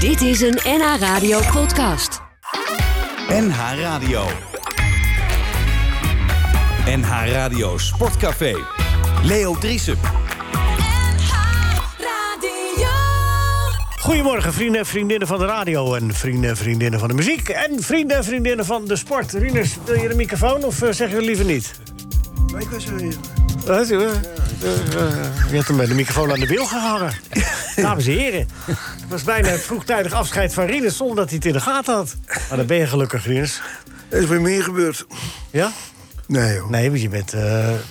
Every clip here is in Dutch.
Dit is een NH Radio podcast. NH Radio. NH Radio Sportcafé. Leo Driesen. Goedemorgen, vrienden en vriendinnen van de radio en vrienden en vriendinnen van de muziek... en vrienden en vriendinnen van de sport. Rinus, wil je de microfoon of eh, zeg je het liever niet? Ik was er niet. Wat? Eh, eh, eh, Je hebt hem met de microfoon aan de wiel gehangen. Dames en heren, het was bijna het vroegtijdig afscheid van Rinus... zonder dat hij het in de gaten had. Maar dan ben je gelukkig, Rinus. Er is bij meer gebeurd. Ja? Nee, joh. Nee, want je bent, eh,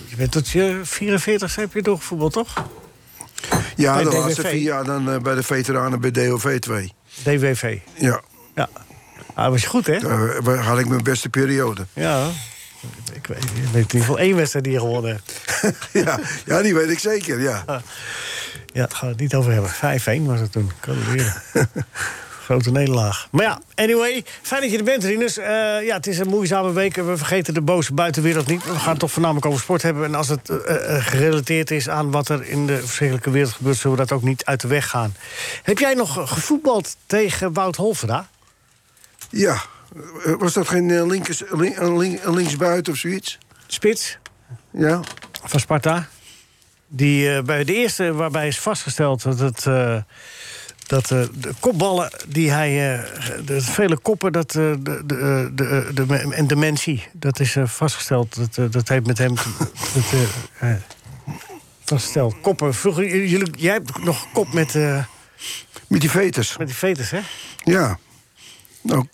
je bent tot je 44 heb je doorgevoetbald, toch? Ja, Bij de DWV. laatste vier jaar dan eh, bij de veteranen bij DOV 2. DWV. Ja, Ja. Ah, was je goed, hè? daar wa- had ik mijn beste periode. Ja. Ik weet, ik weet in ieder geval één wedstrijd die je gewonnen hebt. ja, ja, die weet ik zeker, ja. Ja, daar gaan we het niet over hebben. 5-1 was het toen. Kan het weer. Grote nederlaag. Maar ja, anyway, fijn dat je er bent, Rinus. Eh, ja, het is een moeizame week. en We vergeten de boze buitenwereld niet. We gaan het toch voornamelijk over sport hebben. En als het eh, eh, gerelateerd is aan wat er in de verschrikkelijke wereld gebeurt... zullen we dat ook niet uit de weg gaan. Heb jij nog gevoetbald tegen Wout Holverda? Ja, Eh, was dat geen eh, linkers, link, eh, link- eh, linksbuiten of zoiets? Spits Ja, van Sparta. Die eh, bij de eerste waarbij is vastgesteld dat het. eh, dat eh, de kopballen die hij. eh, de vele koppen dat, eh, de, de, eh, de, eh, de, me- en dementie. Dat is eh, vastgesteld. Dat, eh, dat heeft met hem. te- dat, eh, eh, vastgesteld. Koppen. Vroeger, j- jullie, jij hebt nog kop met, eh, met die veters. met die fetus, hè? Ja. Nou,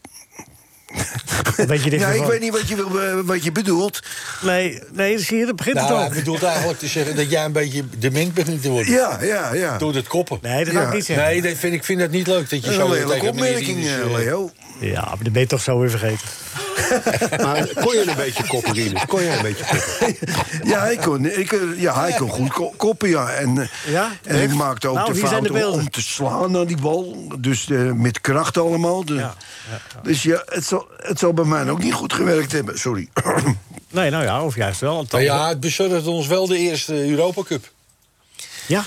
Weet je dit ja, ik ervan? weet niet wat je, wil, eh, wat je bedoelt. Nee, nee, zie je, dat begint Nou, het hij al. bedoelt eigenlijk te zeggen dat jij een beetje dement begint te worden. Ja, ja, ja. Door het koppen. Nee, dat Ja, ga ik niet zeggen. Nee, dat vind, ik vind dat niet leuk dat je Dat is een zo tegen lelijke meneer opmerking, Rinus, eh, eh, Leo. Ja, maar dat ben je toch zo weer vergeten. Maar kon je een beetje koppen, Rinus? Kon je een beetje koppen? Ja, hij kon, ik, eh, ja, hij kon goed ko- koppen, ja. En, eh, Ja? en ik maakte ook Nou, de hier zijn fout de om, beelden. om te slaan naar die bal. Dus eh, met kracht allemaal. Dus Ja, ja, Dus ja, het zal, het zal bij mij ook niet goed gewerkt hebben. Sorry. Nee, nou ja, of juist wel. Maar ja, het bezorgde ons wel de eerste Europa Cup. ja.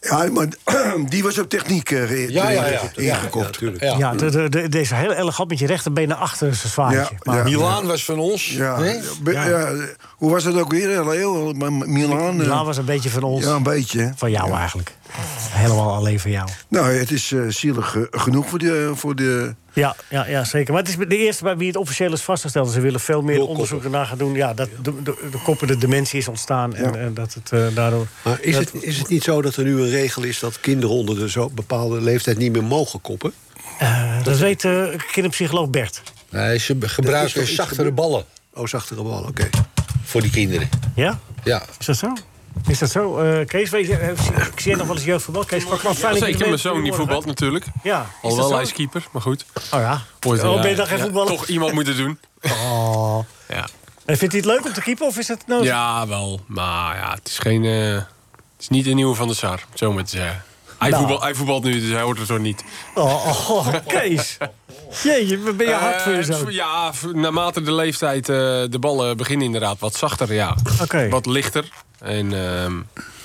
ja, maar die was op techniek eh, ge- Ja, ja, ja. inge- ingekocht. Ja, Ja. Ja, de, de, de- deze heel elegant met je rechterbeen naar achter is een zwaartje. Ja, maar ja. Milaan was van ons. ja, hè? be- ja, Hoe was dat ook weer, Leo? Maar Milan? eh, Milaan was een beetje van ons. Ja, een beetje. hè. Van jou eigenlijk. Helemaal alleen van jou. Nou, het is eh, zielig eh, genoeg voor de... Voor de Ja, ja, ja, zeker. Maar het is de eerste bij wie het officieel is vastgesteld. Dus Ze willen veel meer Doorkoppen. onderzoek ernaar gaan doen. Ja, dat de, de, de koppen, de dementie is ontstaan. En, en dat het eh, daardoor... Maar is het, is het niet zo dat er nu een regel is dat kinderen onder de zo bepaalde leeftijd niet meer mogen koppen? Eh, dat, weet eh, kinderpsycholoog Bert. Dat Nee, ze is toch gebruiken iets zachtere gebeurd? ballen Oh, zachtere bal, oké. voor die kinderen. Ja? Ja. Is dat zo? Is dat zo? Eh, Kees, weet je, eh, zie- ik zie jij nog wel eens jeugdvoetbal. Kees, pak maar fijn dat je Zeker, bent. mijn zoon die voetbalt natuurlijk. Ja. Is dat Alhoewel, hij zo? is keeper, maar goed. Oh ja. Ooit Oh, een- ben je dan geen ja, voetballer? Toch iemand moeten doen. Oh. Ja. En vindt hij het leuk om te keepen of is het nou... ja, Ah, wel. Maar ja, het is geen... eh, het is niet de nieuwe Van de Sar, om het zo maar te zeggen. Hij, Nou. voetbal, hij voetbalt nu, dus hij hoort er zo niet. Oh, oh, Kees. Jeetje, wat ben je hard voor je Eh, zoon. v- ja, v- naarmate de leeftijd eh, de ballen beginnen inderdaad wat zachter, ja. Oké. Wat lichter. En, ehm,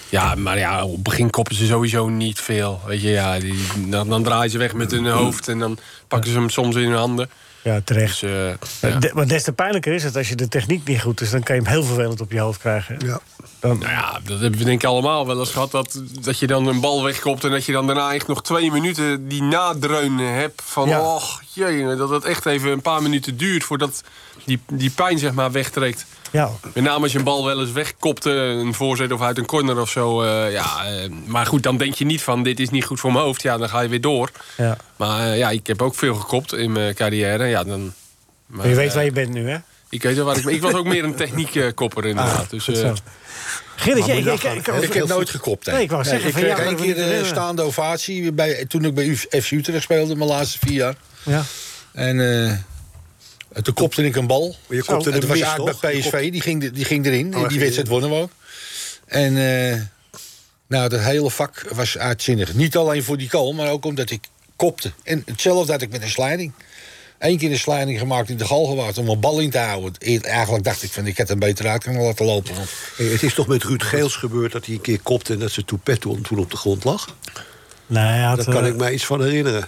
ja, maar ja, op het begin koppen ze sowieso niet veel. Weet je, ja, die, dan, dan draaien ze weg met hun hoofd en dan pakken ze hem soms in hun handen. Ja, terecht. Dus, eh, ja. Maar de- maar des te pijnlijker is het als je de techniek niet goed is. Dan kan je hem heel vervelend op je hoofd krijgen. Ja. Dan, Nou ja, dat hebben we denk ik allemaal wel eens gehad. Dat, dat je dan een bal wegkopt en dat je dan daarna echt nog twee minuten die nadreun hebt. Van, Ja. och, jee, dat het echt even een paar minuten duurt voordat die, die pijn zeg maar wegtrekt. ja. Met name als je een bal wel eens wegkopte, een voorzet of uit een corner of zo. eh, ja, eh, maar goed, dan denk je niet van dit is niet goed voor mijn hoofd. Ja, dan ga je weer door. Ja. Maar eh, ja, ik heb ook veel gekopt in mijn carrière. Ja, dan, maar, Maar je weet eh, waar je bent nu, hè? ik weet wel waar ik... Ik was ook meer een techniekkopper inderdaad. dus, Ah, Goed eh, zo. Gerrit, jij- ik, ik, ik, hè? ik- Ik heb nooit gekopt. hè. Nee, ik wou zeggen, ik van kreeg jou één hadden we keer niet eh, een willen. staande ovatie bij, toen ik bij U- FC Utrecht speelde, mijn laatste vier jaar. ja. En eh, toen kopte ik een bal. Maar je kopte Het de was mis, eigenlijk toch? bij Je Oh, PSV, die ging, die ging erin. echt, die wedstrijd wonnen we ook. En eh, nou, dat hele vak was uitzinnig. Niet alleen voor die goal, maar ook omdat ik kopte. En hetzelfde had ik met een sliding. Eén keer een sliding gemaakt in de galgenwaard om een bal in te houden. E- Eigenlijk dacht ik van, ik had hem beter uit kunnen laten lopen. want- Hey, het is toch met Ruud Geels gebeurd dat hij een keer kopte... en dat zijn toepet toen toen op de grond lag? Nee, hij had, Daar kan eh, ik mij iets van herinneren.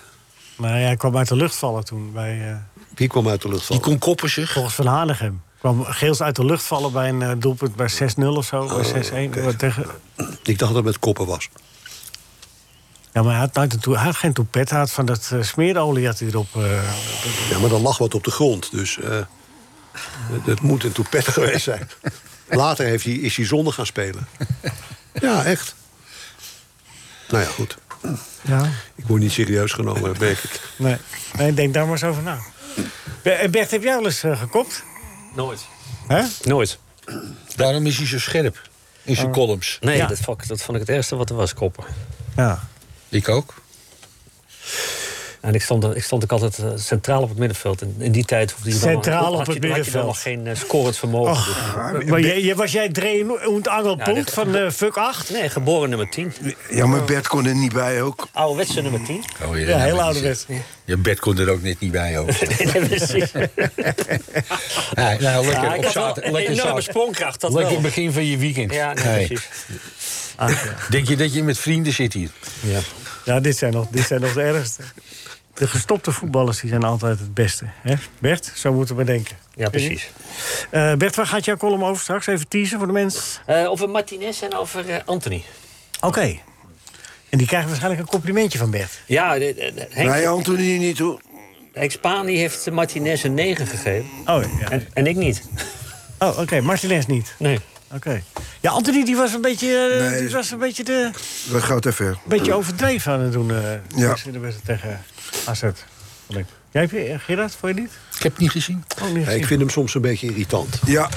Maar hij kwam uit de lucht vallen toen bij eh, Wie kwam uit de lucht Die vallen? kon koppen zich. volgens Van Hanegem. Kwam Geels uit de lucht vallen bij een eh, doelpunt bij 6-0 of zo. Oh, bij 6-1. Tegen... Ik dacht dat het met koppen was. Ja, maar hij had, nooit een toe- hij had geen toepet. Hij had van dat eh, smeerolie had hij erop. eh, Ja, maar dan lag wat op de grond. Dus eh, dat moet een toepet geweest zijn. Later heeft hij, is hij zonder gaan spelen. Ja, echt. Nou ja, goed. ja. Ik word niet serieus genomen, merk ik. Nee. nee, denk daar maar eens over na. Be- eh, Bert, heb jij wel eens eh, gekopt? Nooit. Hè? Nooit. Daarom is hij zo scherp in zijn columns. Oh. Nee, Ja. dat, vond, dat vond ik het ergste wat er was, koppen. Ja. Ik ook. En ik stond, ik stond ook altijd eh, centraal op het middenveld. In, in die tijd hoefde je dan Centraal nog- had op je- het Had je dan middenveld. Oh, nog geen eh, scorend vermogen. Dus- maar jij, jij- was jij Dreen und Nou, Angelpunt dit- van eh fuck 8? nee, geboren nummer 10. Ja, maar Bert kon er niet bij ook. Ouderwetse nummer 10. Oh, Ja, heel nou, ouderwets. Je bed kon er ook net niet bij over. Nee, precies. Nee, nou, lekker Ja, op ik had wel zater- een lekker enorme zater- sprongkracht. Dat Lekker wel. begin van je weekend. Ja, nee, Nee. precies. Ah, Denk je dat je met vrienden zit hier? Ja, dit zijn, nog, dit zijn nog de ergste. De gestopte voetballers die zijn altijd het beste. Hè? Bert, zo moeten we denken. Ja, precies. Eh, Bert, waar gaat jouw column over straks? Even teasen voor de mensen. Eh, over Martinez en over eh, Anthony. Oké. En die krijgen waarschijnlijk een complimentje van Bert. Ja, de- de- de- Henk, Nee, Anthony niet hoor. Henk Spaan die heeft Martinez een 9 gegeven. Oh, ja. En, en ik niet. oh oké. Martinez niet. Nee. Oké. Ja, Anthony die was een beetje, eh, Nee, die is- was een beetje, de, Dat gaat te ver. een beetje overdreven aan het doen. eh Ja. ja. In de wedstrijd tegen AZ. vond ik. Jij, heb je, eh, Gerard, vond je niet? Ik heb het niet gezien. Oh, niet Ja, ik gezien. vind hem soms een beetje irritant. Ja,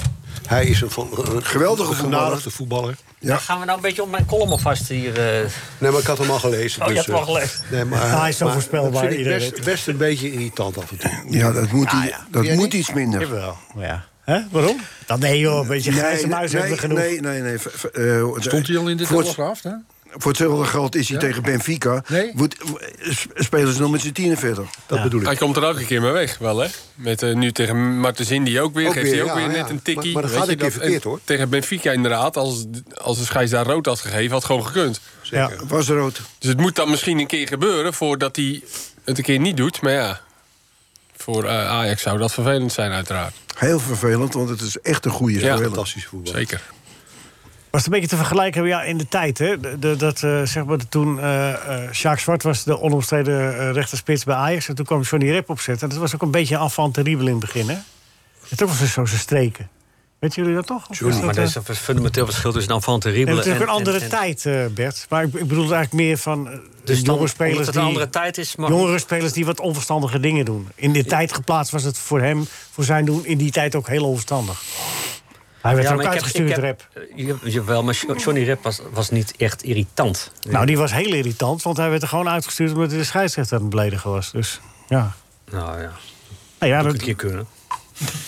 Hij is een, van, een Geweldige genadigde voetballer. ja. Gaan we nou een beetje op mijn column alvast hier... eh, Nee, maar ik had hem al gelezen. Oh, je dus, had hem al eh, gelezen. Nee, maar, Nou, hij is zo maar voorspelbaar, dat vind ik iedereen best, weet best een beetje irritant af en toe. ja dat moet, Ah i- dat Jij moet niet? iets minder. Jawel. Maar ja. Hè? Waarom? Dan nee joh, een beetje grijze muis hebben we genoeg. Nee, nee, nee. v- v- eh, Stond hij al in de voor, het- telegraaf? hè? voor hetzelfde geld is hij tegen Benfica. Nee. Wordt- w- s- spelen ze nog met z'n tienen verder. Dat bedoel ik. Hij komt er elke keer mee weg, wel hè? Met, eh, nu tegen Martens die ook weer. Ook geeft hij weer, ook ja, weer ja. net een tikkie. Maar- maar dat weet gaat je, een keer verkeerd, en hoor. Tegen Benfica inderdaad, als, als de scheids daar rood had gegeven, had gewoon gekund. ja. Was rood. Dus het moet dan misschien een keer gebeuren voordat hij het een keer niet doet. Maar ja, voor eh, Ajax zou dat vervelend zijn uiteraard. Heel vervelend, want het is echt een goede Ja. speler. Fantastisch voetbal. Zeker. Was het een beetje te vergelijken ja, in de tijd. Hè? De- de- dat, eh, zeg maar, de- toen eh eh Sjaak Zwart was de onomstreden eh, rechterspits bij Ajax. En toen kwam Johnny Rep opzetten. En dat was ook een beetje een enfant terrible in het begin. Hè? Het ook wel zo zijn streken. Weten jullie dat toch? Of is maar eh, er is een fundamenteel verschil tussen nou Enfant nee, Terrible het is ook en- een andere en- en- tijd, eh, Bert. Maar ik, ik bedoel eigenlijk meer van eh, Dus dan, jonge omdat spelers het die... een andere tijd is, maar... Jongere spelers die wat onverstandige dingen doen. In de tijd geplaatst was het voor hem, voor zijn doen, in die tijd ook heel onverstandig. Hij werd Ja, er maar ook ik heb- uitgestuurd, ik heb- Rep. eh, je- Jawel, maar Jo- Johnny Rep was, was niet echt irritant. Nou, die was heel irritant, want hij werd er gewoon uitgestuurd omdat hij de scheidsrechter aan het beledigen was. Dus ja. Nou ja, Nou ja, dat moet dat... een keer kunnen.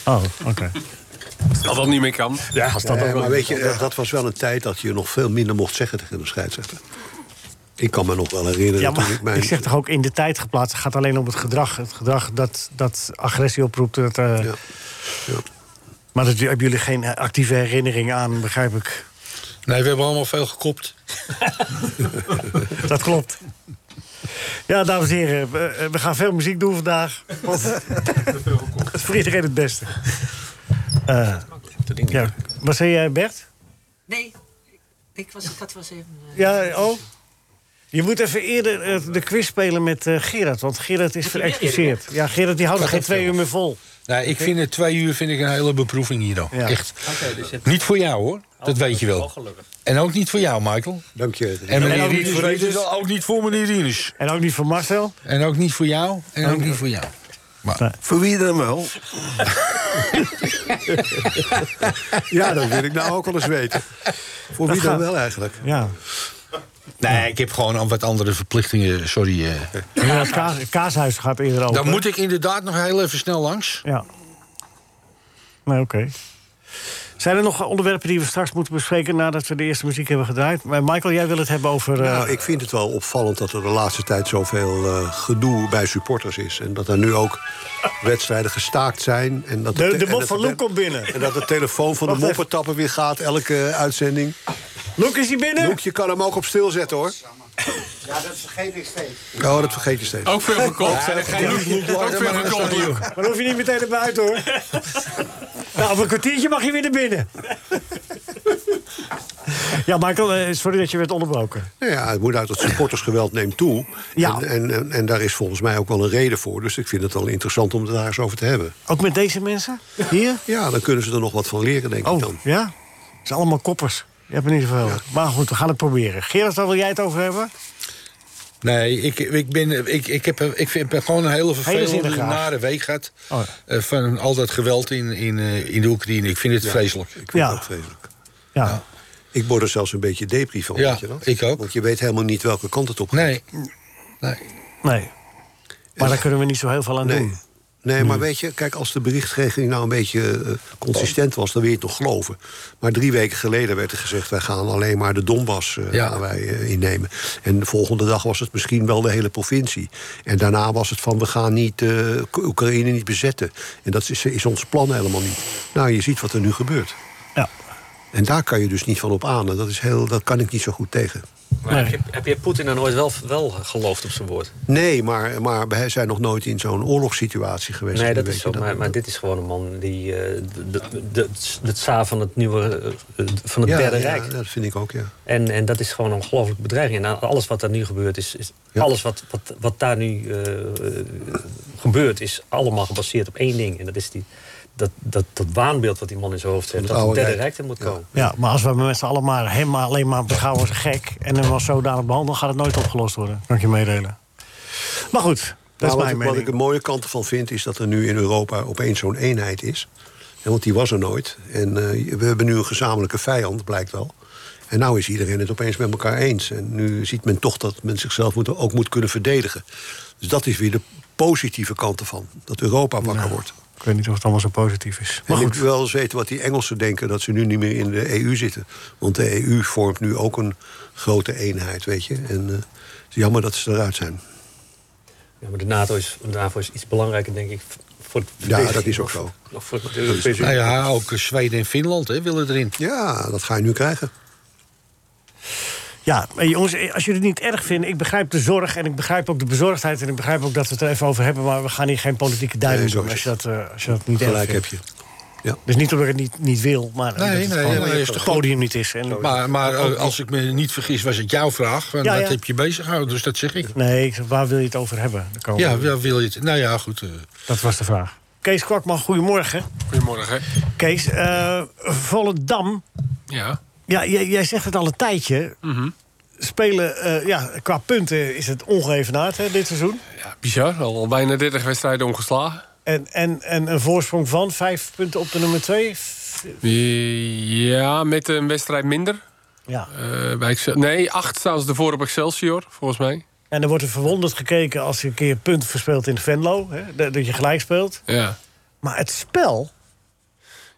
Oh, oké. Als dat niet meer kan. Ja, als dat Nee, ook wel- Eh, maar weet je, dat, dat was wel een tijd dat je nog veel minder mocht zeggen tegen de scheidsrechter. Ik kan me nog wel herinneren Ja, toen maar ik mijn... ik zeg toch ook in de tijd geplaatst. Het gaat alleen om het gedrag. Het gedrag dat, dat agressie oproept. Dat, eh, Ja. Ja. Maar dat hebben jullie geen eh, actieve herinnering aan, begrijp ik. Nee, we hebben allemaal veel gekopt. Dat klopt. Ja, dames en heren, we, eh, we gaan veel muziek doen vandaag. Want het is voor iedereen het beste. Eh, ja. Wat zei jij, Bert? Nee, ik, was, ik had was even... eh, Ja, oh. Je moet even eerder eh, de quiz spelen met eh, Gerard, want Gerard is verexcuseerd. Ja, Gerard die houdt er geen twee uur meer vol. Nee, Nou, ik vind het twee uur vind ik een hele beproeving hier dan. Ja. Echt. Niet voor jou hoor, dus Oh, dat weet je wel. En ook niet voor jou, Michael. Dank je. En ook meneer niet voor Rieters, Rieters. ook niet voor meneer Rienus. En ook niet voor Marcel. En ook niet voor jou, en ook niet voor jou. Voor wie dan wel? Ja, dat wil ik nou ook al eens weten. Voor wie dan gaat- wel eigenlijk? Ja. Nee, ik heb gewoon al wat andere verplichtingen, sorry. eh. ja het kaas, het kaashuis gaat eerder open. Dan moet ik inderdaad nog heel even snel langs. Ja. Nee, oké. Zijn er nog onderwerpen die we straks moeten bespreken nadat we de eerste muziek hebben gedraaid? Maar Michael, jij wil het hebben over. eh, Nou, ik vind het wel opvallend dat er de laatste tijd zoveel eh, gedoe bij supporters is. En dat er nu ook wedstrijden gestaakt zijn. En dat de, te- de en mop dat van de- Loek komt binnen. En dat de telefoon van de Wacht even. moppetapper weer gaat elke eh, uitzending. Loek is hier binnen? Loek, je kan hem ook op stil zetten hoor. Ja, dat vergeet ik steeds. Oh, dat vergeet je steeds. Ook veel verkocht. Ja, hè? Geen Luke, Luke, Ook veel verkocht, Luke. Maar dan hoef je niet meteen naar buiten hoor. nou, op een kwartiertje mag je weer naar binnen. ja, Michael, eh, sorry dat je werd onderbroken. Nou ja, het moet uit dat supportersgeweld neemt toe. Ja. En, en, en, en daar is volgens mij ook wel een reden voor. Dus ik vind het wel interessant om het daar eens over te hebben. Ook met deze mensen? Hier? Oh. Ja, dan kunnen ze er nog wat van leren, denk ik dan. Ja? Het zijn allemaal koppers. Je hebt er niet zoveel. Maar goed, we gaan het proberen. Gerard, waar wil jij het over hebben? Nee, ik, ik, ben, ik, ik, heb, ik vind, ik heb gewoon een hele vervelende, zinnige vraag. nare week gehad. Oh, eh, van al dat geweld in, in, eh, in de Oekraïne. Ik vind het vreselijk. Ik vind Ja. het ook vreselijk. Ja. Ik word er zelfs een beetje depri van, Ja, weet je dat? ik ook. Want je weet helemaal niet welke kant het op gaat. Nee, Nee. Maar daar kunnen we niet zo heel veel aan Nee. doen. Nee, maar weet je, kijk, als de berichtgeving nou een beetje eh, consistent was, dan wil je het nog geloven. Maar drie weken geleden werd er gezegd: wij gaan alleen maar de Donbass eh, Ja. gaan wij, eh, innemen. En de volgende dag was het misschien wel de hele provincie. En daarna was het van: we gaan niet, eh, Oekraïne niet bezetten. En dat is, is ons plan helemaal niet. Nou, je ziet wat er nu gebeurt. Ja. En daar kan je dus niet van op aan. En dat, is heel, dat kan ik niet zo goed tegen. Maar heb, je, heb je Poetin dan ooit wel, wel geloofd op zijn woord? Nee, maar, maar wij zijn nog nooit in zo'n oorlogssituatie geweest. nee, En dat weet is je zo. Maar, maar dit is gewoon een man die eh, de, de, de, de tsaar van het nieuwe eh, van het Ja, derde ja, rijk. dat vind ik ook, ja. En, en dat is gewoon een ongelooflijke bedreiging. En alles wat daar nu gebeurt is. is Ja. Alles wat, wat, wat daar nu eh, eh, gebeurt, is allemaal gebaseerd op één ding. En dat is die, dat, dat, dat waanbeeld wat die man in zijn hoofd heeft. het Dat het oude derde Rijk. rijk er moet komen. Ja, maar als we met z'n allen maar helemaal alleen maar beschouwen als gek... en hem als zodanig behandelen, gaat het nooit opgelost worden. Kan ik je meedelen. Maar goed, dat Nou, wat, is mijn ik, wat ik mening. een mooie kant ervan vind, is dat er nu in Europa opeens zo'n eenheid is. En want die was er nooit. En eh, we hebben nu een gezamenlijke vijand, blijkt wel. En nou is iedereen het opeens met elkaar eens. En nu ziet men toch dat men zichzelf moet, ook moet kunnen verdedigen. Dus dat is weer de positieve kant ervan. Dat Europa wakker wordt. Nou, Ik weet niet of het allemaal zo positief is. Maar en goed, ik wil wel eens weten wat die Engelsen denken... dat ze nu niet meer in de EU zitten. Want de EU vormt nu ook een grote eenheid, weet je. En eh, het is jammer dat ze eruit zijn. Ja, maar de NATO is, de NAVO is iets belangrijker, denk ik. Voor de Ja, verdediging dat is ook zo. of voor de Europese nou Unie. ja, ook eh, Zweden en Finland hè, willen erin. Ja, dat ga je nu krijgen. ja, maar jongens, als jullie het niet erg vinden... ik begrijp de zorg en ik begrijp ook de bezorgdheid... en ik begrijp ook dat we het er even over hebben... maar we gaan hier geen politieke duiding Nee, zo doen als is je, dat, eh, als je dat niet erg Gelijk heb vindt. je. Dus niet omdat ik het niet, niet wil, maar eh, Nee, dat het nee, gewoon nee, is het toch podium niet is. En, Maar, maar eh, als ik me niet vergis, was het jouw vraag. Want Ja, dat ja. heb je bezig gehouden, dus dat zeg ik. Nee, ik zeg, waar wil je het over hebben? Daar komen Ja, we. ja, wil je het? Nou ja, goed. eh, Dat was de vraag. Kees Kwakman, goedemorgen. Goedemorgen. hè. Kees, eh, Volendam, Ja. ja, jij, jij zegt het al een tijdje. Spelen, eh, ja, qua punten is het ongeëvenaard hè, dit seizoen. ja, bizar. Al, al bijna 30 wedstrijden ongeslagen. En, en, en een voorsprong van vijf punten op de nummer twee. F- Ja, met een wedstrijd minder. Ja. Eh, bij Excel nee, 8 staan ze ervoor op Excelsior, volgens mij. En er wordt er verwonderd gekeken als je een keer een punt verspeelt in de Venlo. Hè, dat dat je gelijk speelt. Ja. Maar het spel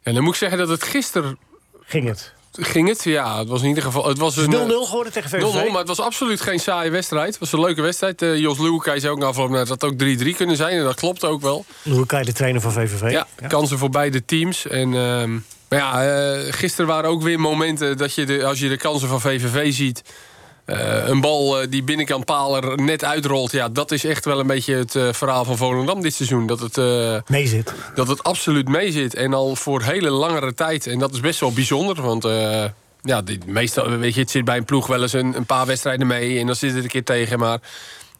En dan moet ik zeggen dat het gisteren ging het. ging het. Ja, het was in ieder geval... Het was Het een, is 0-0 eh, geworden tegen VVV. 0-0, maar het was absoluut geen saaie wedstrijd. Het was een leuke wedstrijd. Eh, Jos Leeuwenkai zei ook na afloop, nou, het had ook 3-3 kunnen zijn. En dat klopt ook wel. Hoe kan je de trainer van VVV? Ja, kansen voor beide teams. En, ehm, maar ja, eh, gisteren waren ook weer momenten dat je, de, als je de kansen van VVV ziet... eh, een bal eh, die binnenkant paal er net uitrolt. Ja, dat is echt wel een beetje het eh, verhaal van Volendam dit seizoen. Dat het... eh, Mee zit. dat het absoluut meezit. En al voor hele langere tijd. En dat is best wel bijzonder. Want eh, ja, dit, meestal, weet je, het zit bij een ploeg wel eens een, een paar wedstrijden mee. En dan zit het een keer tegen. Maar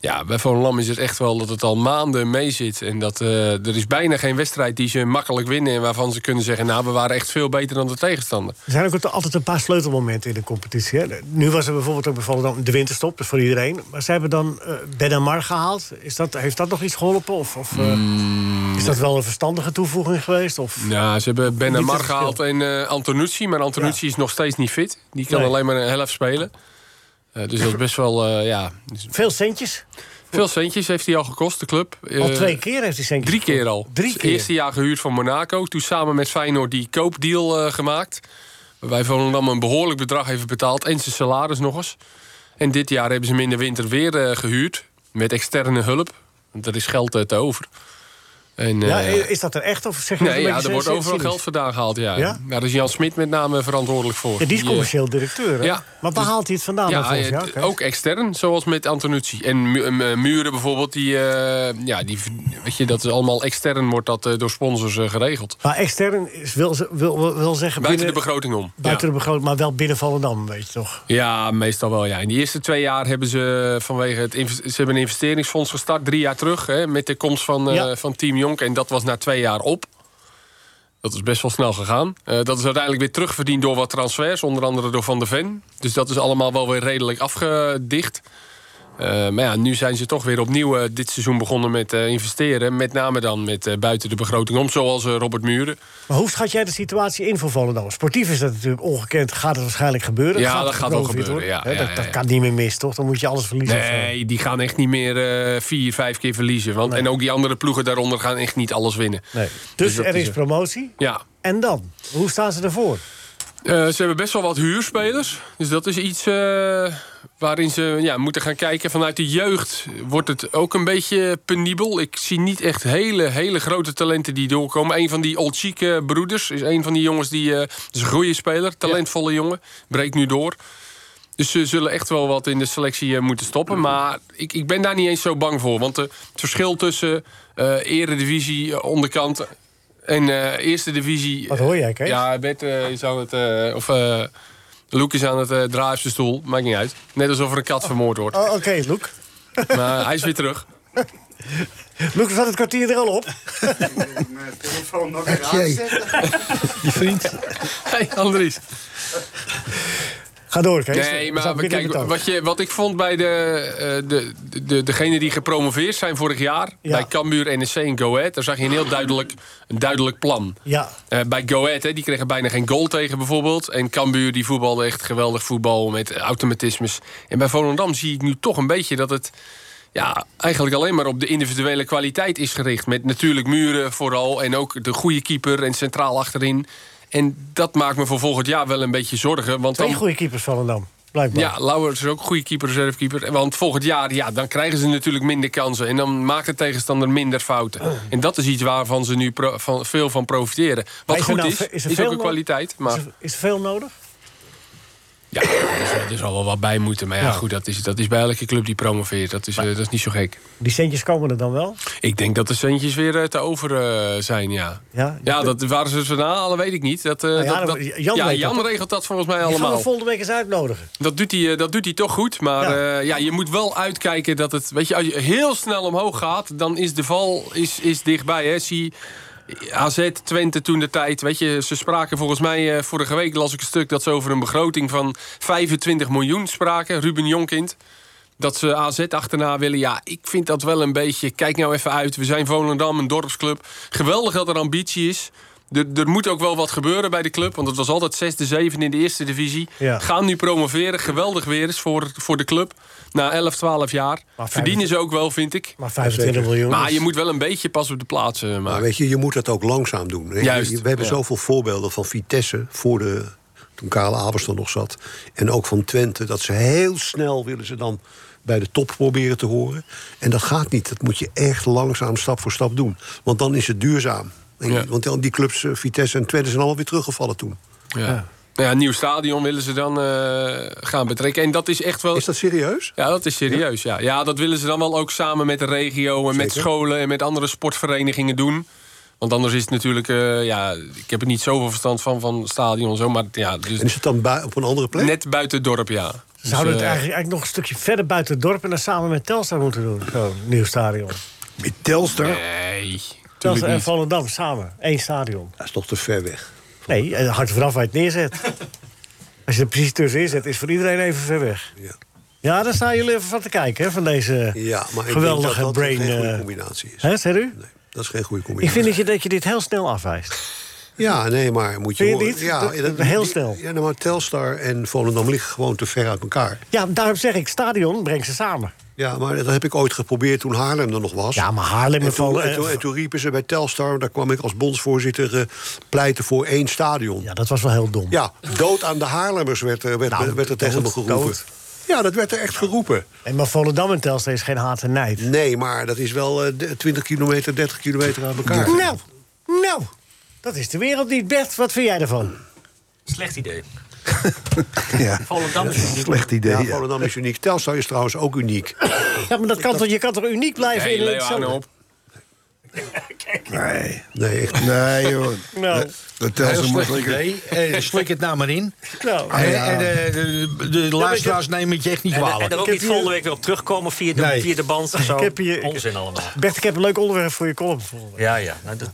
ja, bij Van Lam is het echt wel dat het al maanden meezit. En dat, eh, er is bijna geen wedstrijd die ze makkelijk winnen. En waarvan ze kunnen zeggen, nou, we waren echt veel beter dan de tegenstander. Er zijn ook altijd een paar sleutelmomenten in de competitie. Hè? Nu was er bijvoorbeeld ook bijvoorbeeld dan de winterstop, dus voor iedereen. Maar ze hebben dan eh Benamar gehaald. Is dat, heeft dat nog iets geholpen? Of, of eh, is dat wel een verstandige toevoeging geweest? Of, Mm. Ja, ze hebben Ben Niet Amar het gehaald en eh, Antonucci. Maar Antonucci is nog steeds niet fit. Die kan Nee. alleen maar een helft spelen. Eh, dus dat is best wel, eh, ja... dus Veel centjes? Veel centjes heeft hij al gekost, de club. Al Eh, twee keer heeft hij centjes. Drie keer gekocht. al. Drie Het keer. Eerste jaar gehuurd van Monaco. Toen samen met Feyenoord die koopdeal eh, gemaakt. Waarbij Volendam een behoorlijk bedrag heeft betaald. En zijn salaris nog eens. En dit jaar hebben ze hem in de winter weer eh, gehuurd. Met externe hulp. Want er is geld eh, te over. Eh, En, Ja, eh, is dat er echt of zeg je dat Nee, een ja, beetje er wordt cynisch? overal geld vandaan gehaald. Ja. Ja? Ja? daar is Jan Smit met name verantwoordelijk voor. Ja, die is eh, commercieel directeur. hè? Ja. Dus- Ah, Maar waar haalt hij het vandaan? dan Ja, volgens eh, jou? d- Oké. ook extern, zoals met Antonucci. En mu- eh, eh, Muren bijvoorbeeld, die, eh, ja, die, weet je, dat is allemaal extern wordt dat eh, door sponsors eh, geregeld. Maar extern is wil, ze- wil, wil, wil zeggen... Buiten binnen- de begroting om. Buiten de begroting, maar wel binnen Volendam, weet je toch? Ja, meestal wel. Ja. In de eerste twee jaar hebben ze vanwege het inv- ze hebben een investeringsfonds gestart, drie jaar terug, hè, met de komst van, eh, Ja. van Team Jonk. En dat was na twee jaar op. Dat is best wel snel gegaan. Eh, dat is uiteindelijk weer terugverdiend door wat transfers, onder andere door Van der Ven. Dus dat is allemaal wel weer redelijk afgedicht. Eh, maar ja, nu zijn ze toch weer opnieuw eh, dit seizoen begonnen met eh, investeren. Met name dan met eh, buiten de begroting om, zoals eh, Robert Muren. Maar hoe schat jij de situatie in voor Volendam? Sportief is dat natuurlijk ongekend. Gaat het waarschijnlijk gebeuren? Ja, het dat gaat wel gepromoveerd gebeuren, worden? Hè, ja, ja, dat, ja, dat ja. kan niet meer mis, toch? Dan moet je alles verliezen. of zo. Nee, die gaan echt niet meer eh, vier, vijf keer verliezen. Want, En ook die andere ploegen daaronder gaan echt niet alles winnen. Nee. Dus Dus dat er is is het. promotie. Ja. En dan? Hoe staan ze ervoor? Eh, ze hebben best wel wat huurspelers. Dus dat is iets eh, waarin ze ja, moeten gaan kijken. Vanuit de jeugd wordt het ook een beetje penibel. Ik zie niet echt hele, hele grote talenten die doorkomen. Een van die Olchique broeders is een van die jongens die... eh dat is een goede speler, talentvolle jongen. Breekt nu door. Dus ze zullen echt wel wat in de selectie eh, moeten stoppen. Mm-hmm. Maar ik, ik ben daar niet eens zo bang voor. Want eh, het verschil tussen eh, eredivisie eh, onderkant en eh, eerste divisie... Wat hoor jij, Kees? Ja, Bert eh, is aan het... eh, of, eh Luc is aan het eh, draaien op zijn stoel. Maakt niet uit. Net alsof er een kat vermoord wordt. Oh, Oké, Loek. Maar hij is weer terug. Loek, zat het kwartier er al op? Mijn telefoon nog weer aanzetten. Je vriend. Hey, Andries. Ga door, Kees. Nee, We staan maar midden in kijk, de toon. wat, je, wat ik vond bij de, eh, de, de, degene die gepromoveerd zijn vorig jaar... Ja. bij Cambuur, NEC en Go Ahead... daar zag je een heel duidelijk, een duidelijk plan. Ja, Eh, bij Go Ahead, hè, die kregen bijna geen goal tegen bijvoorbeeld. En Cambuur, die voetbalde echt geweldig voetbal met eh, automatismes. En bij Volendam zie ik nu toch een beetje dat het... Ja, eigenlijk alleen maar op de individuele kwaliteit is gericht. Met natuurlijk muren vooral en ook de goede keeper en centraal achterin. En dat maakt me voor volgend jaar wel een beetje zorgen. Want twee dan- goede keepers Volendam. Blijkbaar. ja, Lauwers is ook een goede keeper, reservekeeper. Want volgend jaar, ja, dan krijgen ze natuurlijk minder kansen. En dan maakt de tegenstander minder fouten. Ah. En dat is iets waarvan ze nu pro- van, veel van profiteren. Wat Maar er goed nou is, ve- is, er veel ook een no- kwaliteit. Is Maar er, is er veel nodig? ja, er zal- er zal wel wat bij moeten. Maar ja, Ja. goed, dat is, dat is bij elke club die promoveert. Dat is, eh, dat is niet zo gek. Die centjes komen er dan wel? Ik denk dat de centjes weer eh, te over eh, zijn, ja. Ja, Nou Ja, dat waren ze vandaan halen, weet ik niet. Dat, eh, ja, dat- dan- dat- Jan ja, weet Jan dat. regelt dat volgens mij Die gaan allemaal. we volgende week eens uitnodigen. Dat doet, hij, eh, dat doet hij toch goed. Maar Ja. ja. ja, je moet wel uitkijken dat het. Weet je, als je heel snel omhoog gaat, dan is de val is, is dichtbij. Hè. Zie AZ, Twente toen de tijd. Weet je, ze spraken volgens mij eh, vorige week las ik een stuk dat ze over een begroting van 25 miljoen spraken. Ruben Jonkind. Dat ze AZ achterna willen. Ja, ik vind dat wel een beetje. Kijk nou even uit. We zijn Volendam, een dorpsclub. Geweldig dat er ambitie is. Er, er moet ook wel wat gebeuren bij de club. Want het was altijd zesde, zevende in de eerste divisie. Ja. Gaan nu promoveren. Geweldig weer eens voor, voor de club. Na 11, 12 jaar. Maar Verdienen ze ook wel, vind ik. Maar 25 miljoen. Maar is- je moet wel een beetje pas op de plaats eh, Maar maken. weet je, je moet dat ook langzaam doen. hè. Juist, Je- We hebben ja. zoveel voorbeelden van Vitesse voor de. toen Karel Aberston nog zat. En ook van Twente. Dat ze heel snel willen ze dan bij de top proberen te horen. En dat gaat niet. Dat moet je echt langzaam stap voor stap doen. Want dan is het duurzaam. En- Ja. Want dan die clubs, eh, Vitesse en Twente, zijn allemaal weer teruggevallen toen. Ja. Nou ja, een nieuw stadion willen ze dan eh, gaan betrekken. En dat is echt wel. Is dat serieus? Ja, dat is serieus. Ja. ja, dat willen ze dan wel ook samen met de regio en met scholen en met andere sportverenigingen doen. Want anders is het natuurlijk, eh, ja, ik heb er niet zoveel verstand van, van stadion en zo. Maar ja, dus En is het dan bui- op een andere plek? net buiten het dorp, ja. Dus, Zouden we het eigenlijk, eh, eigenlijk nog een stukje verder buiten het dorp... en dan samen met Telstar moeten doen, zo'n nieuw stadion. Met Telstar. Nee, Telstar tuurlijk en niet. Volendam, samen. Eén stadion. Dat is toch te ver weg. Nee, en hard vanaf waar je het neerzet. Als je er precies tussenin zet, is voor iedereen even ver weg. Ja. Ja, daar staan jullie even van te kijken, hè, van deze Ja, maar ik geweldige denk dat dat brain... geen goede eh, combinatie is. hè, zeg u? Nee, dat is geen goede Ik combinatie. vind dat je, dat je dit heel snel afwijst. Ja, nee, maar moet je, Vind je horen. niet? Ja, Dat- heel snel. Ja, nou, maar Telstar en Volendam liggen gewoon te ver uit elkaar. Ja, daarom zeg ik, stadion brengt ze samen. Ja, maar dat heb ik ooit geprobeerd toen Haarlem er nog was. Ja, maar Haarlem en en toen, Volendam- en, toen, en toen riepen ze bij Telstar, daar kwam ik als bondsvoorzitter eh, pleiten voor één stadion. Ja, Ja, dat was wel heel dom. dood aan de Haarlemmers werd, er- werd, Nou, werd er tegen me dood, geroepen. dood. Ja, dat werd er echt geroepen. En maar Volendam en Telstra is geen haat en nijd. Nee, maar dat is wel eh, de- 20 kilometer, 30 kilometer aan elkaar. Nou, nou, dat is de wereld niet. Bert, wat vind jij ervan? Slecht idee. Ja. Volendam is uniek. Slecht idee. Volendam is uniek. Telstra is trouwens ook uniek. Ja, maar dat kan toch, je kan toch uniek blijven Hey, in Leo, hou hetzelfde- nou op. Nee, Nee, echt. nee joh. Nou, Dat telt Heel ze slecht moet lekker. idee. Eh, slik het nou maar in. nou. Eh, En de, de, de luisteraars nemen het je echt niet En, en kwalijk. daar ook heb niet hier- volgende week weer op terugkomen via de, Nee. via de band of zo. Ik heb hier- Onzin allemaal. Bert, ik heb een leuk onderwerp voor je column. volgende week. Ja, ja. Nou, dat,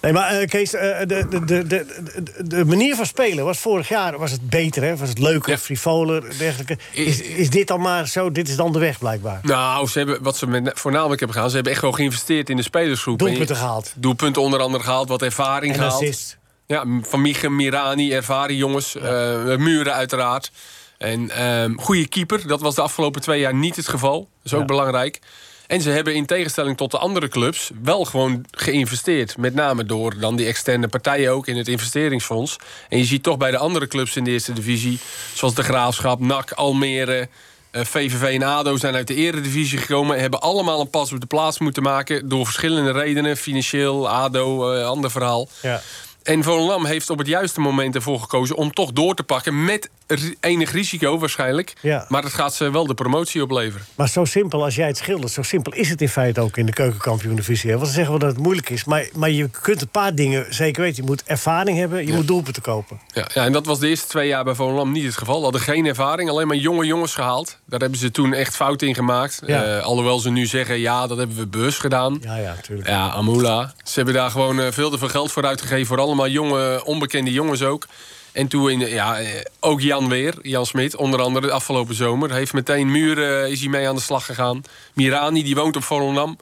Nee, maar eh, Kees, eh, de, de, de, de, de- de manier van spelen was vorig jaar was het beter, hè? Was het leuker, Ja. frivoler, dergelijke. Is, is dit dan maar zo? Dit is dan de weg, blijkbaar. Nou, ze hebben, wat ze met, voornamelijk hebben gedaan... ze hebben echt wel geïnvesteerd in de spelersgroep. Doelpunten En je- gehaald. Doelpunten onder andere gehaald, wat ervaring En gehaald. assist. Ja, m- van Michem, Mirani, ervaren jongens. eh, muren uiteraard. En ehm goede keeper, dat was de afgelopen twee jaar niet het geval. Dat is ook belangrijk. En ze hebben in tegenstelling tot de andere clubs wel gewoon geïnvesteerd. Met name door dan die externe partijen ook in het investeringsfonds. En je ziet toch bij de andere clubs in de eerste divisie... zoals de Graafschap, NAC, Almere, eh, VVV en ADO zijn uit de eredivisie gekomen... hebben allemaal een pas op de plaats moeten maken... door verschillende redenen, financieel, ADO, eh, ander verhaal. Ja. En Volendam heeft op het juiste moment ervoor gekozen om toch door te pakken. Met ri- enig risico waarschijnlijk. Ja. Maar het gaat ze wel de promotie opleveren. Maar zo simpel als jij het schildert, zo simpel is het in feite ook in de keukenkampioen-divisie. hè? Want ze zeggen wel dat het moeilijk is. Maar, maar je kunt een paar dingen zeker weten. Je moet ervaring hebben, je moet doelpunten kopen. Ja, ja, en dat was de eerste twee jaar bij Volendam niet het geval. Ze hadden geen ervaring, alleen maar jonge jongens gehaald. Daar hebben ze toen echt fout in gemaakt. Ja. Eh, alhoewel ze nu zeggen, ja, dat hebben we bewust gedaan. Ja, ja, natuurlijk. Ja, Amula. Ze hebben daar gewoon eh, veel te veel geld voor uitgegeven. Voor allemaal jonge, onbekende jongens ook. En toen, in, de- ja, eh, ook Jan weer, Jan Smit, onder andere de afgelopen zomer. Heeft meteen Muren eh, is hij mee aan de slag gegaan. Mirani, die woont op Volendam.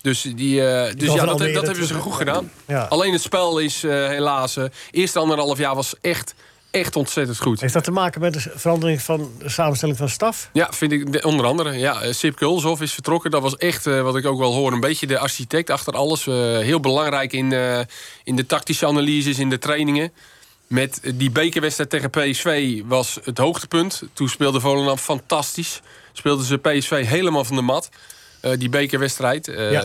Dus, die, eh, dus van ja, dat, Almere dat hebben ze terug. goed gedaan. Ja. Alleen het spel is eh, helaas... eh, eerste anderhalf jaar was echt, echt ontzettend goed. Heeft dat te maken met de verandering van de samenstelling van staf? Ja, vind ik de- onder andere. Ja, eh, Sip Kulshoff is vertrokken. Dat was echt, eh, wat ik ook wel hoor, een beetje de architect achter alles. Eh, heel belangrijk in, eh, in de tactische analyses, in de trainingen. Met eh, die bekerwedstrijd tegen PSV was het hoogtepunt. Toen speelde Volendam fantastisch. Speelden ze PSV helemaal van de mat. Eh, die bekerwedstrijd. eh, Ja.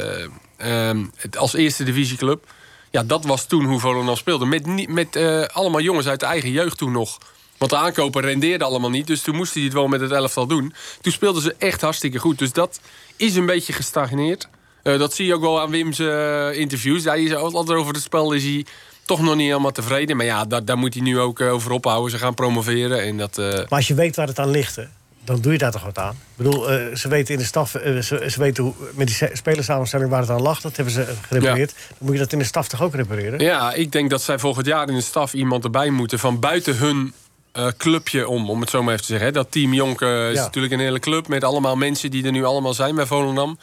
ehm, het, als eerste divisieclub. Ja, dat was toen hoe Volendam speelde. Met, nie- met eh, allemaal jongens uit de eigen jeugd toen nog. Want de aankopen rendeerden allemaal niet. Dus toen moesten die het wel met het elftal doen. Toen speelden ze echt hartstikke goed. Dus dat is een beetje gestagneerd. Eh, dat zie je ook wel aan Wim's eh, interviews. Hij is altijd over het spel is hij toch nog niet helemaal tevreden. Maar ja, daar, daar moet hij nu ook eh, over ophouden. Ze gaan promoveren. En dat, eh, Maar als je weet waar het aan ligt, hè, dan doe je daar toch wat aan? Ik bedoel, eh, ze weten in de staf, eh, ze, ze weten hoe, met die se- spelerssamenstelling waar het aan lag. Dat hebben ze eh, gerepareerd. Dan moet je dat in de staf toch ook repareren? Ja, ik denk dat zij volgend jaar in de staf iemand erbij moeten van buiten hun eh, clubje om, om het zo maar even te zeggen. hè. Dat Team Jonk eh, is Ja. natuurlijk een hele club met allemaal mensen die er nu allemaal zijn bij Volendam. Een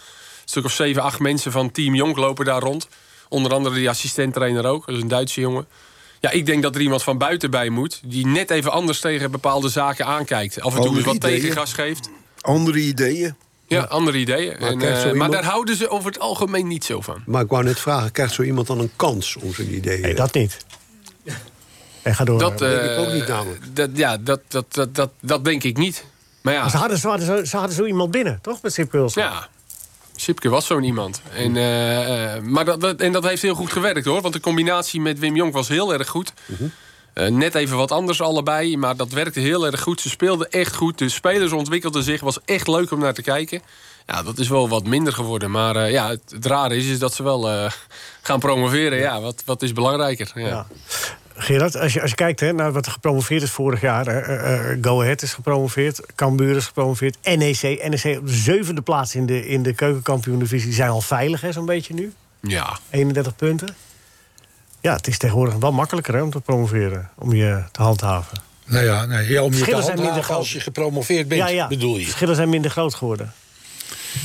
stuk of zeven, acht mensen van Team Jonk lopen daar rond. Onder andere die assistenttrainer ook, dat is een Duitse jongen. Ja, ik denk dat er iemand van buiten bij moet die net even anders tegen bepaalde zaken aankijkt. Af en toe Andere eens wat ideeën. tegengas geeft. Andere ideeën. Ja, andere ideeën. Maar En, krijgt zo eh, maar iemand- daar houden ze over het algemeen niet zo van. Maar ik wou net vragen, krijgt zo iemand dan een kans om zijn ideeën? Nee, dat niet. En ga door. Dat, denk ik eh, ook niet namelijk. Dat, ja, dat, dat, dat, dat, dat denk ik niet. Maar ja, ze, hadden, ze, hadden, zo- ze hadden zo iemand binnen, toch? Met Sip Wilson. ja Sipke was zo'n iemand. En, eh, eh, maar dat, dat, en dat heeft heel goed gewerkt hoor. Want de combinatie met Wim Jong was heel erg goed. Eh, net even wat anders allebei, maar dat werkte heel erg goed. Ze speelden echt goed. De spelers ontwikkelden zich. Was echt leuk om naar te kijken. Ja, dat is wel wat minder geworden. Maar eh, ja, het, het rare is, is dat ze wel eh, gaan promoveren. Ja, wat, wat is belangrijker? Ja. Gerard, als je, als je kijkt hè, naar wat er gepromoveerd is vorig jaar. hè, eh, eh, Go Ahead is gepromoveerd, Cambuur is gepromoveerd, E NEC. NEC op de zevende plaats in de, in de keukenkampioen-divisie. Die zijn al veilig, hè, zo'n beetje nu. ja. 31 punten. Ja, het is tegenwoordig wel makkelijker hè, om te promoveren. Om je te handhaven. Nou ja, nee, ja, om je te Verschillen zijn minder handhaven groot. als je gepromoveerd bent, ja, ja. bedoel je. Verschillen zijn minder groot geworden.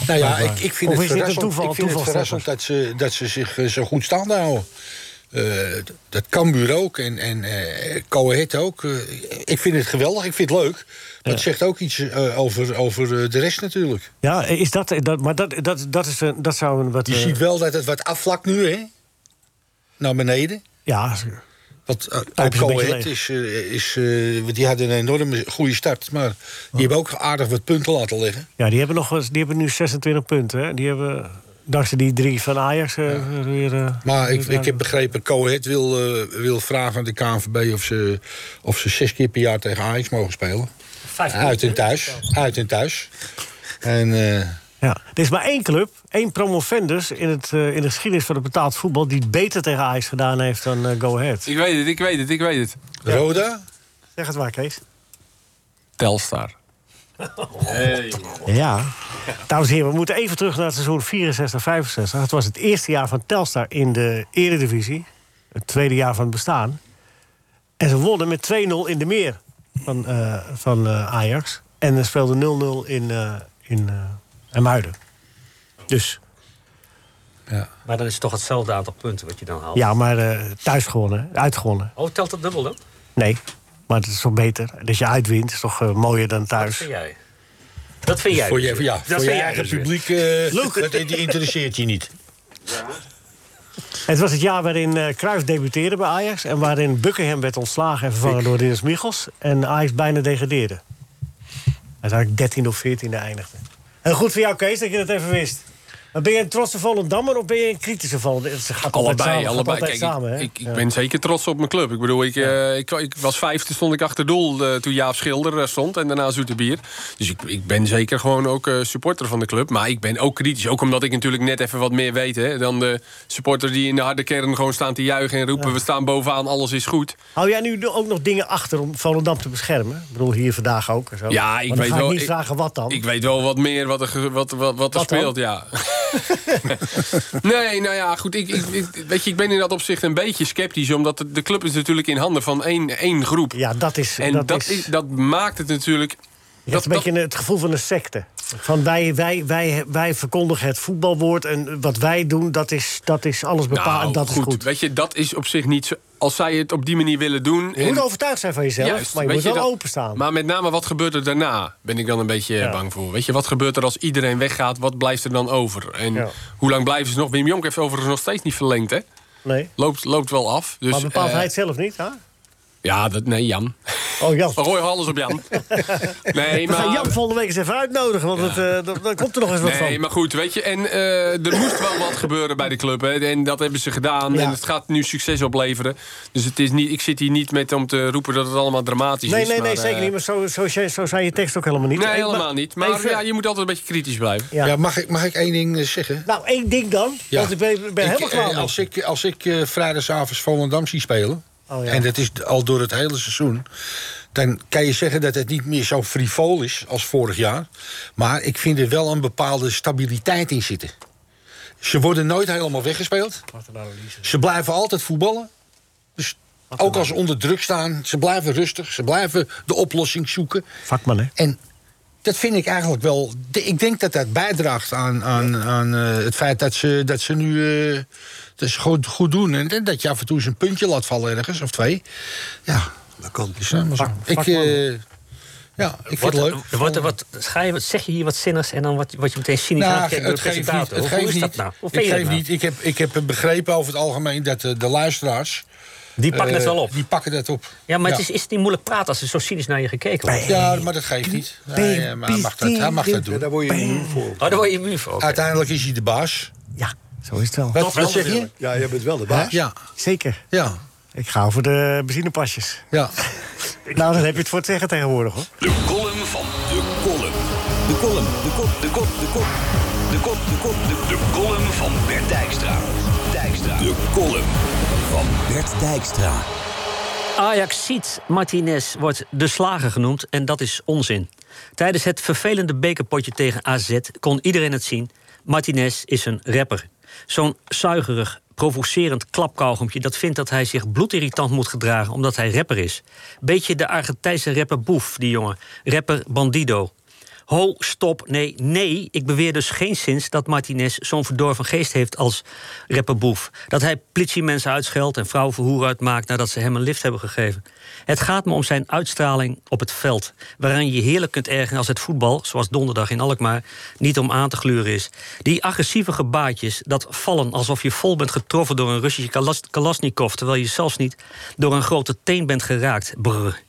Nou ja, ik, ik vind Of het is dit een verrassend, toeval- ik vind het toevalstreffer? verrassend dat, ze, dat ze zich eh, zo goed staande houden. Eh, d- dat Cambuur ook en, en eh Coahet ook. Eh, ik vind het geweldig, ik vind het leuk. Maar het zegt ook iets eh, over, over eh, de rest natuurlijk. Ja, is dat, dat, maar dat, dat, dat, is een, dat zou een wat... Je eh, ziet wel dat het wat afvlakt nu, hè? Naar beneden. Ja, Want eh, ook Pijp is een beetje Coët leeg. is, eh, is eh, want die hadden een enorme goede start. Maar die hebben ook aardig wat punten laten liggen. Ja, die hebben, nog, eens- die hebben nu 26 punten. Hè? Die hebben, dankzij die drie van Ajax, eh, weer... eh, Maar ik, weer- ik heb begrepen, Coët wil, eh, wil vragen aan de KNVB of ze, of ze zes keer per jaar tegen Ajax mogen spelen. Uit en thuis. Uit en thuis. En eh, Ja. Er is maar één club, één promovendus in, het, eh, in de geschiedenis van het betaald voetbal... die het beter tegen Ajax gedaan heeft dan eh, Go Ahead. Ik weet het, ik weet het, ik weet het. Roda? Zeg het maar, Kees. Telstar. Ja. Dames en heren, we moeten even terug naar het seizoen 64-65. Het was het eerste jaar van Telstar in de Eredivisie. Het tweede jaar van het bestaan. En ze wonnen met 2-0 in de meer van, eh, van eh, Ajax. En er speelde 0-0 in, eh in eh Muiden. Dus, Maar dan is het toch hetzelfde aantal punten wat je dan haalt. ja, maar eh, thuis gewonnen, uitgewonnen. Oh, telt dat dubbel dan? Nee, maar het is toch beter. Dat je uitwint is toch eh, mooier dan Dat thuis. vind jij. Dat vind jij. voor dus je, weer. ja, dat voor vind je jij eigen dus weer. publiek, eh, dat, Leuk. die interesseert je niet. Het was het jaar waarin eh Cruijff debuteerde bij Ajax... en waarin Buckingham werd ontslagen en vervangen door Rinus Michels... en Ajax bijna degradeerde. Uiteindelijk 13 of 14e eindigde. En goed voor jou, Kees, dat je dat even wist. Maar ben je een trotse Volendammer of ben je een kritische Volendammer? Ze gaat altijd Allebei, samen, gaat allebei. altijd Kijk, samen, hè? ik, ik, ik Ja. ben zeker trots op mijn club. Ik bedoel, ik, eh, ik, ik was vijfde, stond ik achter doel eh, toen Jaap Schilder eh, stond en daarna Zoeterbier. Dus ik, ik ben zeker gewoon ook eh, supporter van de club. Maar ik ben ook kritisch, ook omdat ik natuurlijk net even wat meer weet hè, dan de supporter die in de harde kern gewoon staan te juichen en roepen: we staan bovenaan, alles is goed. Hou jij nu ook nog dingen achter om Volendam te beschermen? Ik bedoel, hier vandaag ook. en Zo. Ja, ik Maar dan weet ga ik wel- niet ik- vragen wat dan. Ik weet wel wat meer wat er, ge- wat, wat, wat er Wat dan? speelt, ja. nee, nou ja, goed. Ik, ik, ik- weet je, ik ben in dat opzicht een beetje sceptisch. Omdat de, de club is natuurlijk in handen van één, één groep. ja, dat is... en dat, is, dat maakt het natuurlijk... Je dat- hebt een beetje het gevoel van een secte. Van wij, wij, wij, wij verkondigen het voetbalwoord en wat wij doen, dat is, dat is alles bepaald Nou, en dat is goed. Weet je, dat is op zich niet zo... Als zij het op die manier willen doen... Je moet overtuigd zijn van jezelf, Juist, maar je weet moet wel dat- openstaan. Maar met name wat gebeurt er daarna, ben ik dan een beetje eh, bang voor. Weet je, wat gebeurt er als iedereen weggaat? Wat blijft er dan over? En Ja. hoe lang blijven ze nog? Wim Jonk heeft overigens nog steeds niet verlengd, hè? nee. Loopt, loopt wel af. Dus, maar bepaalt eh, hij het zelf niet, hè? Ja, dat, nee, Jan. Oh, Jan. We gooien alles op Jan. Nee, We gaan maar... Jan volgende week eens even uitnodigen, want het, eh, dat- daar komt er nog eens wat Nee, van. maar goed, weet je. En eh, er moest wel wat gebeuren bij de club. Hè, en dat hebben ze gedaan. En het gaat nu succes opleveren. Dus het is niet, ik zit hier niet met om te roepen dat het allemaal dramatisch Nee, is. nee, maar, nee, eh, zeker niet. Maar zo, zo, zo zijn je tekst ook helemaal niet. Nee, Hey, helemaal niet. Maar even- ja, je moet altijd een beetje kritisch blijven. Ja. Ja. mag, ik, mag ik één ding eh, zeggen? Nou, één ding dan. Ja. Want ik ben, ben Ik, helemaal eh, klaar mee. Als ik, als ik eh, vrijdagavond Volendam zie spelen... Oh, ja. en dat is al door het hele seizoen... dan kan je zeggen dat het niet meer zo frivol is als vorig jaar. Maar ik vind er wel een bepaalde stabiliteit in zitten. Ze worden nooit helemaal weggespeeld. Ze blijven altijd voetballen. Dus ook als ze onder druk staan, ze blijven rustig. Ze blijven de oplossing zoeken. Vakman, hè? En dat vind ik eigenlijk wel. de- Ik denk dat dat bijdraagt aan, aan, aan eh, het feit dat ze, dat ze nu. eh, dat ze goed, goed doen. En dat- dat je af en toe eens een puntje laat vallen ergens, of twee. Ja, Dat kan. is dat maar zo. Ik, eh, ja, ik vind het Wordt- leuk. er Wordt er wat, ga je, wat- zeg je hier wat zinnigs en dan wat, wat je meteen cynisch Nou, aankijkt door het de geeft niet. presentator? Het Hoe- hoe geeft is dat niet. nou? Hoe Ik vind je dat geef nou? niet. Ik heb, ik heb begrepen over het algemeen dat eh, de, de luisteraars. Die pakken het eh, wel op. Die pakken dat op. Ja, maar Het is, is het niet moeilijk praten als er zo cynisch naar je gekeken wordt? Ja, maar dat geeft niet. Nee, eh, maar hij mag dat, hij mag dat Ja, doen. daar word je nu voor. Oh, daar word je immuun voor. oké. Uiteindelijk is hij de baas. Ja, zo is het wel. Wat, wat zeg je? Ja, je bent wel de baas. Ja, Zeker. ja, Ik ga voor de benzinepasjes. ja. Nou, dan heb je het voor het zeggen tegenwoordig, hoor. De column van de column. De column, de kop, de kop, de kop. De kop, de kop, de De column van Bert Dijkstra. Dijkstra. De column van Bert Dijkstra. Ajax ziet Martinez wordt de slager genoemd en dat is onzin. Tijdens het vervelende bekerpotje tegen AZ kon iedereen het zien. Martinez is een rapper. Zo'n zuigerig, provocerend klapkauwgompje dat vindt dat hij zich bloedirritant moet gedragen omdat hij rapper is. Beetje de Argentijnse rapper Boef, die jongen. Rapper Bandido. Ho, stop, nee, nee. Ik beweer dus geen sinds dat Martinez zo'n verdorven geest heeft als rapper Boef. Dat hij politiemensen uitscheldt en vrouwen voor hoer uitmaakt nadat ze hem een lift hebben gegeven. Het gaat me om zijn uitstraling op het veld. Waaraan je je heerlijk kunt ergeren als het voetbal, zoals donderdag in Alkmaar, niet om aan te gluren is. Die agressieve gebaatjes, dat vallen alsof je vol bent getroffen door een Russische kalas- Kalasnikov, terwijl je zelfs niet door een grote teen bent geraakt. Brr.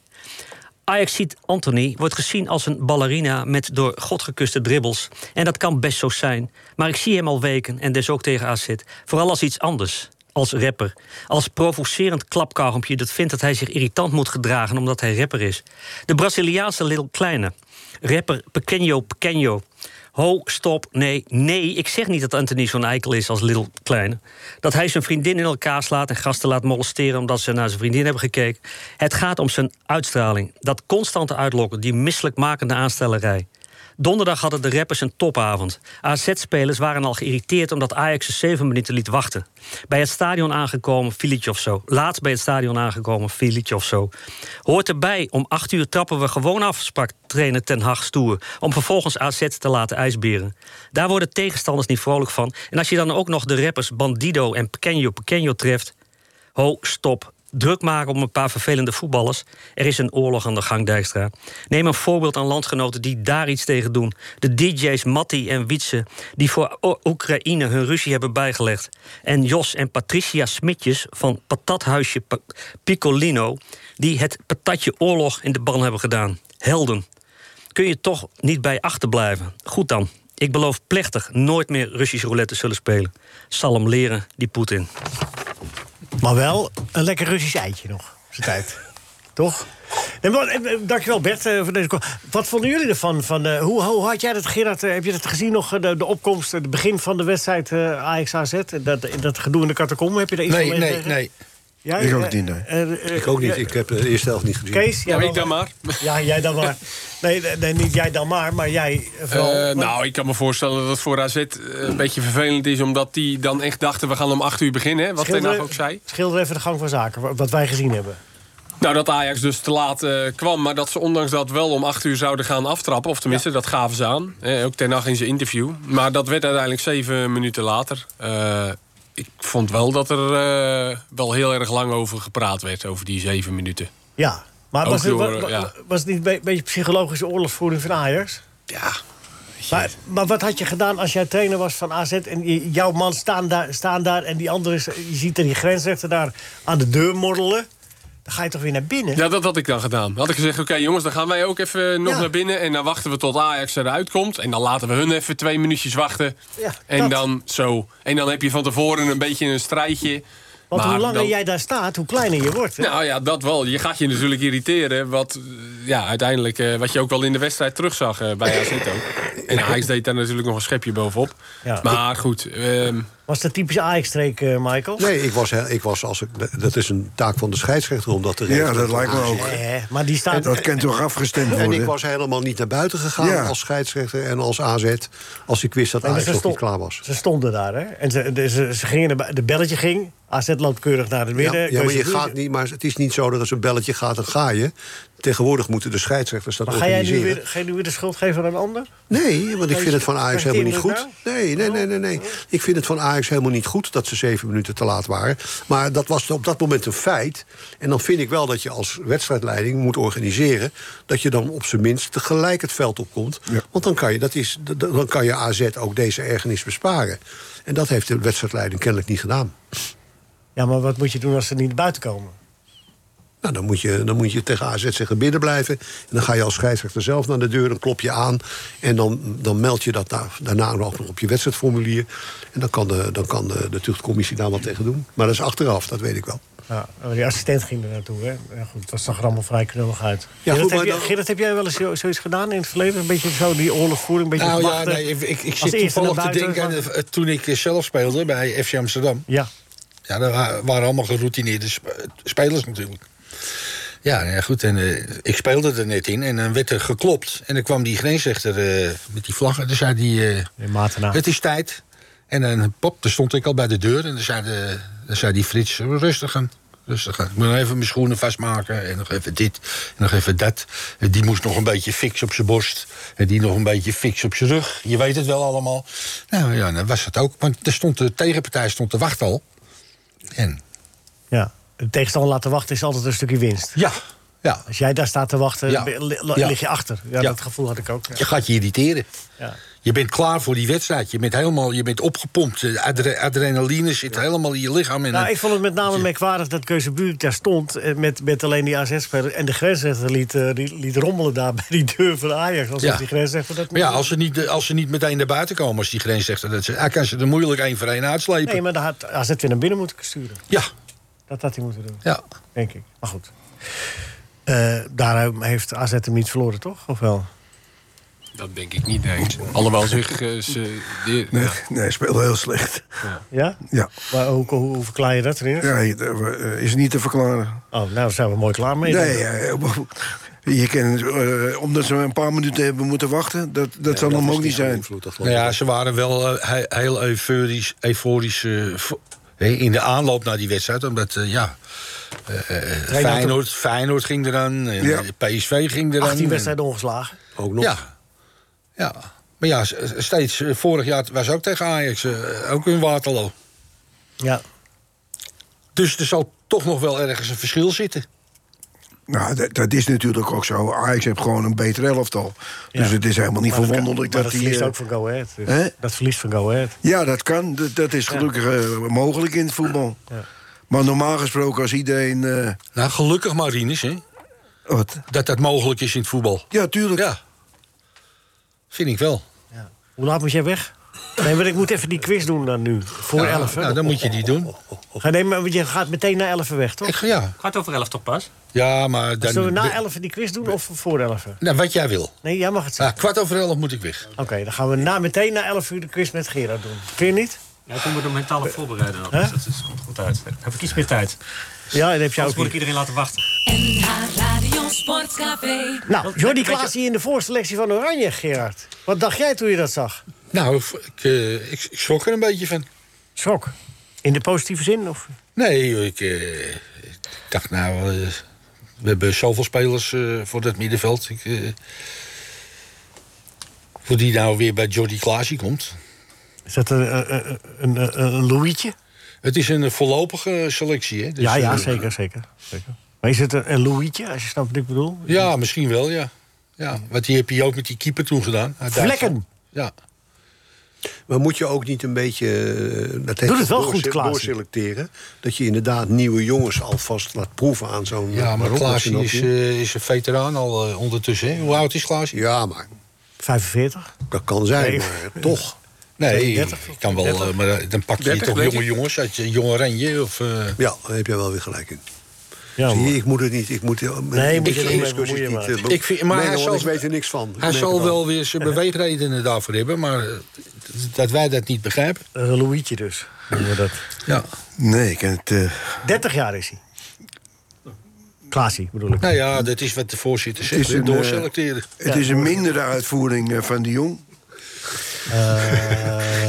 Ajax ziet Anthony wordt gezien als een ballerina met door God gekuste dribbles. En dat kan best zo zijn. Maar ik zie hem al weken en dus ook tegen AZ. Vooral als iets anders. Als rapper. Als provocerend klapkarmpje dat vindt dat hij zich irritant moet gedragen omdat hij rapper is. De Braziliaanse Lil Kleine. Rapper Pequeno Pequeno. Ho, stop, nee, nee. Ik zeg niet dat Anthony zo'n eikel is als Little Kleine. Dat hij zijn vriendin in elkaar slaat en gasten laat molesteren... omdat ze naar zijn vriendin hebben gekeken. Het gaat om zijn uitstraling. Dat constante uitlokken, die misselijkmakende aanstellerij. Donderdag hadden de rappers een topavond. AZ-spelers waren al geïrriteerd omdat Ajax ze zeven minuten liet wachten. Bij het stadion aangekomen, filietje of zo. Laatst bij het stadion aangekomen, filietje of zo. Hoort erbij, om acht uur trappen we gewoon af, sprak trainer Ten Hag stoer. Om vervolgens AZ te laten ijsberen. Daar worden tegenstanders niet vrolijk van. En als je dan ook nog de rappers Bandido en Pequeno Pequeno treft... Ho, stop, druk maken om een paar vervelende voetballers. Er is een oorlog aan de gang, Dijkstra. Neem een voorbeeld aan landgenoten die daar iets tegen doen. De DJ's Matti en Wietse, die voor O- Oekraïne hun ruzie hebben bijgelegd. En Jos en Patricia Smitjes van patathuisje Pa- Piccolino... die het patatje oorlog in de ban hebben gedaan. Helden. Kun je toch niet bij achterblijven. Goed dan. Ik beloof plechtig nooit meer Russisch roulette te zullen spelen. Zal hem leren, die Poetin. Maar wel een lekker Russisch eitje nog. Is het tijd. Toch? Nee, maar, eh, eh, dankjewel Bert eh, voor deze ko- Wat vonden jullie ervan? Van, eh, hoe, hoe had jij dat, Gerard? eh, heb je dat gezien nog, eh, de, de opkomst, eh, het begin van de wedstrijd eh Ajax-AZ? Dat, dat gedoe in de catacombe, heb je daar iets Nee, van nee, meegekregen? nee. Jij, Ik ook eh, niet, nee. eh, eh, Ik ook niet. jij- Ik heb de eerste helft niet gezien. Kees? jij Nou, wel? ik dan maar. Ja, jij dan maar. Nee, nee, nee, niet jij dan maar, maar jij eh, vooral. Eh, Want- nou, ik kan me voorstellen dat het voor AZ een beetje vervelend is... omdat die dan echt dachten, we gaan om acht uur beginnen. hè, Wat Ten Hag schilder, ook zei. schilder even de gang van zaken, wa- wat wij gezien hebben. Nou, dat Ajax dus te laat eh, kwam, maar dat ze ondanks dat wel om acht uur zouden gaan aftrappen. Of tenminste, dat gaven ze aan. Eh, ook ten nacht in zijn interview. Maar dat werd uiteindelijk zeven minuten later. Eh, ik vond wel dat er eh, wel heel erg lang over gepraat werd, over die zeven minuten. Ja, maar Ook was het, wa- door, eh, wa- ja. was het niet een be- beetje psychologische oorlogsvoering van Ajax? Ja, Maar, maar wat had je gedaan als jij trainer was van AZ... en je- jouw man staan daar, staan daar en die andere... is- je ziet er die grensrechter daar aan de deur morrelen... dan ga je toch weer naar binnen? Ja, dat had ik dan gedaan. Had ik gezegd, oké jongens, dan gaan wij ook even eh, nog Ja. naar binnen... en dan wachten we tot Ajax eruit komt. En dan laten we hun even twee minuutjes wachten. Ja, en dat. dan zo. En dan heb je van tevoren een beetje een strijdje. Want hoe Maar langer dan- jij daar staat, hoe kleiner je wordt. hè? Nou ja, dat wel. Je gaat je natuurlijk irriteren. Wat, eh, ja, uiteindelijk, eh, wat je ook wel in de wedstrijd terugzag eh, bij AZ ook. En Ajax deed daar natuurlijk nog een schepje bovenop. Ja. Maar goed, ehm, Was dat typisch Ajax-streek, eh, Michael? Nee, ik was, heel- ik was als ik, dat is een taak van de scheidsrechter om dat te regelen. Ja, dat lijkt me ook. Eh, maar die staat... Dat kan toch afgestemd En ik worden? was helemaal niet naar buiten gegaan Ja. als scheidsrechter en als AZ. Als ik wist dat Nee, maar Ajax nog sto- niet klaar was. ze stonden daar, hè? En ze, de, ze, ze gingen erbij- de belletje ging. AZ loopt keurig naar het Ja, midden. ja, maar je Keuze- gaat niet, maar het is niet zo dat als een belletje gaat, dan ga je. Tegenwoordig moeten de scheidsrechters dat Maar ga jij nu organiseren. weer, ga je nu weer de schuld geven aan een ander? Nee, want ik vind het van Ajax Krijgt helemaal niet hij goed. Nee, nee, nee, nee, nee. Ik vind het van Ajax helemaal niet goed dat ze zeven minuten te laat waren. Maar dat was op dat moment een feit. En dan vind ik wel dat je als wedstrijdleiding moet organiseren... dat je dan op zijn minst tegelijk het veld opkomt. Want dan kan, je, dat is, d- d- dan kan je AZ ook deze ergernis besparen. En dat heeft de wedstrijdleiding kennelijk niet gedaan. Ja, maar wat moet je doen als ze niet naar buiten komen? Nou, dan moet, je, dan moet je tegen AZ zeggen binnen blijven. En dan ga je als scheidsrechter zelf naar de deur, dan klop je aan. En dan, dan meld je dat daar, daarna nog op je wedstrijdformulier. En dan kan, de, dan kan de, de tuchtcommissie daar wat tegen doen. Maar dat is achteraf, dat weet ik wel. Ja, maar Oh, die assistent ging er naartoe, hè? Ja, goed, dat zag er allemaal vrij knullig uit. Ja, Gerard, goed, heb, maar je- dan- Gerard, heb jij wel eens zo- zoiets gedaan in het verleden? Een beetje zo die oorlogvoering, een beetje Nou ja, wachten. nee, ik, ik Als zit eerste toevallig naar te buiten denken aan eh, toen ik eh, zelf speelde bij FC Amsterdam. Ja, Ja, dat wa- waren allemaal geroutineerde sp- eh, spelers natuurlijk. Ja, nou ja, goed. En, eh, ik speelde er net in en dan werd er geklopt. En dan kwam die grensrechter eh, met die vlaggen. Dan zei die, eh, in Matenaar. het is tijd. En dan, pop, dan stond ik al bij de deur. En dan zei, de, dan zei die Frits, rustig aan. Dus dan ga ik nog even mijn schoenen vastmaken. En nog even dit. En nog even dat. En die moest nog een beetje fix op zijn borst. En die nog een beetje fix op zijn rug. Je weet het wel allemaal. Nou ja, dan was het ook. Want er stond, de tegenpartij stond te wachten al. En Ja. De tegenstander laten wachten is altijd een stukje winst. Ja. ja. Als jij daar staat te wachten, Ja. ben- li- li- Ja. lig je achter. Ja, Ja. dat gevoel had ik ook. ja. je gaat je irriteren. Ja. Je bent klaar voor die wedstrijd. Je bent helemaal je bent opgepompt. De adre- adrenaline zit helemaal in je lichaam. En Nou, dan- ik vond het met name merkwaardig dat Keuzebuurk daar stond... eh, met, met alleen die AZ-speler en de grensrechter liet, eh, die- liet rommelen daar... bij die deur van Ajax, alsof Ja. die grensrechter dat... Maar ja, als ze, niet, als ze niet meteen naar buiten komen, als die grens zegt... Dat ze, hij kan ze er moeilijk één voor één uitslepen. Nee, maar daar had AZ weer naar binnen moeten sturen. Ja. Dat had hij moeten doen, Ja. denk ik. Maar goed. Eh, daarom heeft AZ hem niet verloren, toch? Of wel? Dat denk ik niet, nee. Allemaal zich... eh, ze- die- Nee, ja. nee speelde heel slecht. Ja? Ja. Maar hoe, hoe, hoe verklaar je dat erin? Ja, je- eh, is niet te verklaren. Oh, nou daar zijn we mooi klaar mee. Nee, eh, je kent, eh, omdat ze een paar minuten hebben moeten wachten, dat, dat zal hem ook niet zijn. Nou ja, ze waren wel eh, he- heel euforisch, euforisch eh, vo- hè, in de aanloop naar die wedstrijd. Omdat, eh, ja, eh, eh, Feyenoord, Feyenoord ging eraan, en Ja. eh, PSV ging eraan. 18 en- wedstrijden ongeslagen. Ook nog. Ja. ja. Maar ja, s- steeds, eh, vorig jaar was ook tegen Ajax, eh, ook in Waterloo. Ja. Dus er zal toch nog wel ergens een verschil zitten. Nou, dat, dat is natuurlijk ook zo. Ajax heeft gewoon een beter elftal. Dus Ja. het is helemaal niet Maar dat kan- verwonderlijk maar dat, dat die... verliest eh, ook van Go Ahead. dus. Hè? Dat verliest van Go Ahead. Ja, dat kan. Dat, dat is gelukkig eh, mogelijk in het voetbal. Ja. Maar normaal gesproken als iedereen... eh, Nou, gelukkig maar, Rinus, hè, wat? dat dat mogelijk is in het voetbal. Ja, tuurlijk. Ja, vind ik wel. Hoe laat moet jij weg? Nee, maar ik moet even die quiz doen dan nu. Voor Ja, 11. hè? nou, dan moet je die doen. Ga- Nee, maar je gaat meteen na 11 weg, toch? Dus Ik, ga- ja. Kwart over elf toch pas? ja, maar dan... Zullen we na 11 die quiz doen of voor 11? Nou, wat jij wil. Nee, jij mag het Ja, zeggen. kwart over elf moet ik weg. Oké, dan gaan we na, meteen na 11 uur de quiz met Gerard doen. Vind je niet? Ja, ik moet hem mentale voorbereiden dan. Hè? Dus dat is- komt goed uit. Dan heb ik iets meer tijd. Ja, dat heb Anders je ook moet ik niet. iedereen laten wachten. eh, NH Radio Sportcafé. Nou, Jordi Weet je- Klaas hier in de voorselectie van Oranje, Gerard. Wat dacht jij toen je dat zag? Nou, ik, eh, ik, ik schrok er een beetje van. Schok. In de positieve zin? Of? Nee, ik, eh, ik dacht nou... eh, we hebben zoveel spelers eh, voor dat middenveld. Ik, eh, voor die nou weer bij Jordi Klaasie komt. Is dat een, een, een, eh, een, een Louietje? Het is een voorlopige selectie, hè? Dus, ja, ja, eh, zeker, zeker, zeker. Maar is het een, een Louietje, als je snapt wat ik bedoel? Ja, misschien wel, ja. ja. Want die heb je ook met die keeper toen gedaan. uit Duitsland. Vlekken. Ja. Maar moet je ook niet een beetje... eh, Dat heeft het wel doorse- goed, Klaasie. doorselecteren. Dat je inderdaad nieuwe jongens alvast laat proeven aan zo'n... ja, maar Klaasie Marokko-selectie. is, eh, is een veteraan al eh, ondertussen. Hè? Hoe oud is Klaasie? Ja, maar 45? dat kan zijn, Nee. maar eh, toch. Nee, 32 ik kan wel, eh, maar eh, dan pak je 30, toch weet jonge ik. jongens uit je jonge Renje. Of, eh, Ja, daar heb jij wel weer gelijk in. Ja, Zie je, man. ik moet het niet. Ik moet, nee, je moet je er niet mee eh, bemoeien, maar- Ik vind- maar hij zal- ik weet er niks van. hij zal wel weer zijn beweegredenen daarvoor hebben, maar eh, dat wij dat niet begrijpen. een Louietje dus. noemen we dat. Ja. Nee, ik ken het... eh, 30 jaar is hij. Klaasie, bedoel ik. Nou ja, dat is wat de voorzitter is zegt. hè, een, eh, Doorselecteren. het is een mindere uitvoering eh, van de Jong.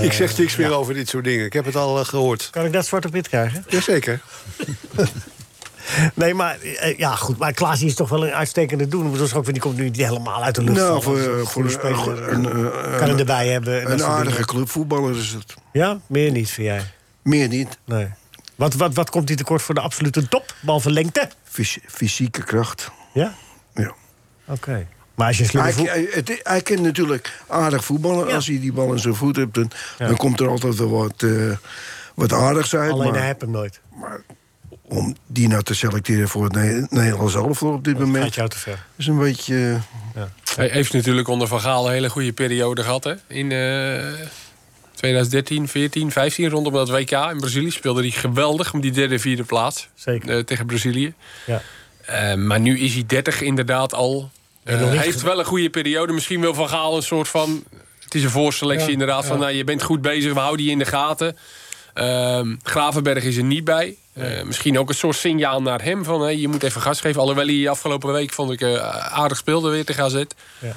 ik zeg niks meer over dit soort dingen. Ik heb het al eh, gehoord. Kan ik dat zwart op wit krijgen? Jazeker. Nee, maar eh, ja, goed. Maar Klaasie is toch wel een uitstekende doen. Ik bedoel, Schok, die komt nu niet helemaal uit de lucht. Nou, vallen. voor, Dat is een eh, voor goede een, speler. een, eh, kan hem erbij hebben. en dat een soort aardige dingen. clubvoetballer is het. Ja, meer niet vind jij. Meer niet. Nee. Wat, wat, wat komt hij tekort voor de absolute top? Behalve lengte? Fys- fysieke kracht. Ja? Ja. Oké. Maar als je een slimme Hij, voet... hij, het- hij kan natuurlijk aardig voetballen. Ja. Als hij die bal in zijn voet hebt, dan, Ja. dan komt er altijd wel wat, eh, wat aardigs uit. Alleen hij maar hebt hem nooit. om die nou te selecteren voor het Ne- Nederlands elftal op dit Gaat moment... jou te ver. is een beetje... eh, Hij heeft natuurlijk onder Van Gaal een hele goede periode gehad. Hè? In eh 2013, 14, 15 rondom dat WK in Brazilië speelde hij geweldig om die derde, vierde plaats Zeker. eh, tegen Brazilië. Ja. Eh, maar nu is hij 30 inderdaad al. Eh, nog niet Hij heeft wel een goede periode. Misschien wil Van Gaal een soort van... Het is een voorselectie inderdaad. Van, nou, je bent goed bezig, we houden je in de gaten. Ehm, Gravenberg is er niet bij. Eh, misschien ook een soort signaal naar hem van... Hey, je moet even gas geven. Alhoewel hij afgelopen week vond ik eh, aardig speelde weer te gaan zitten. Ja.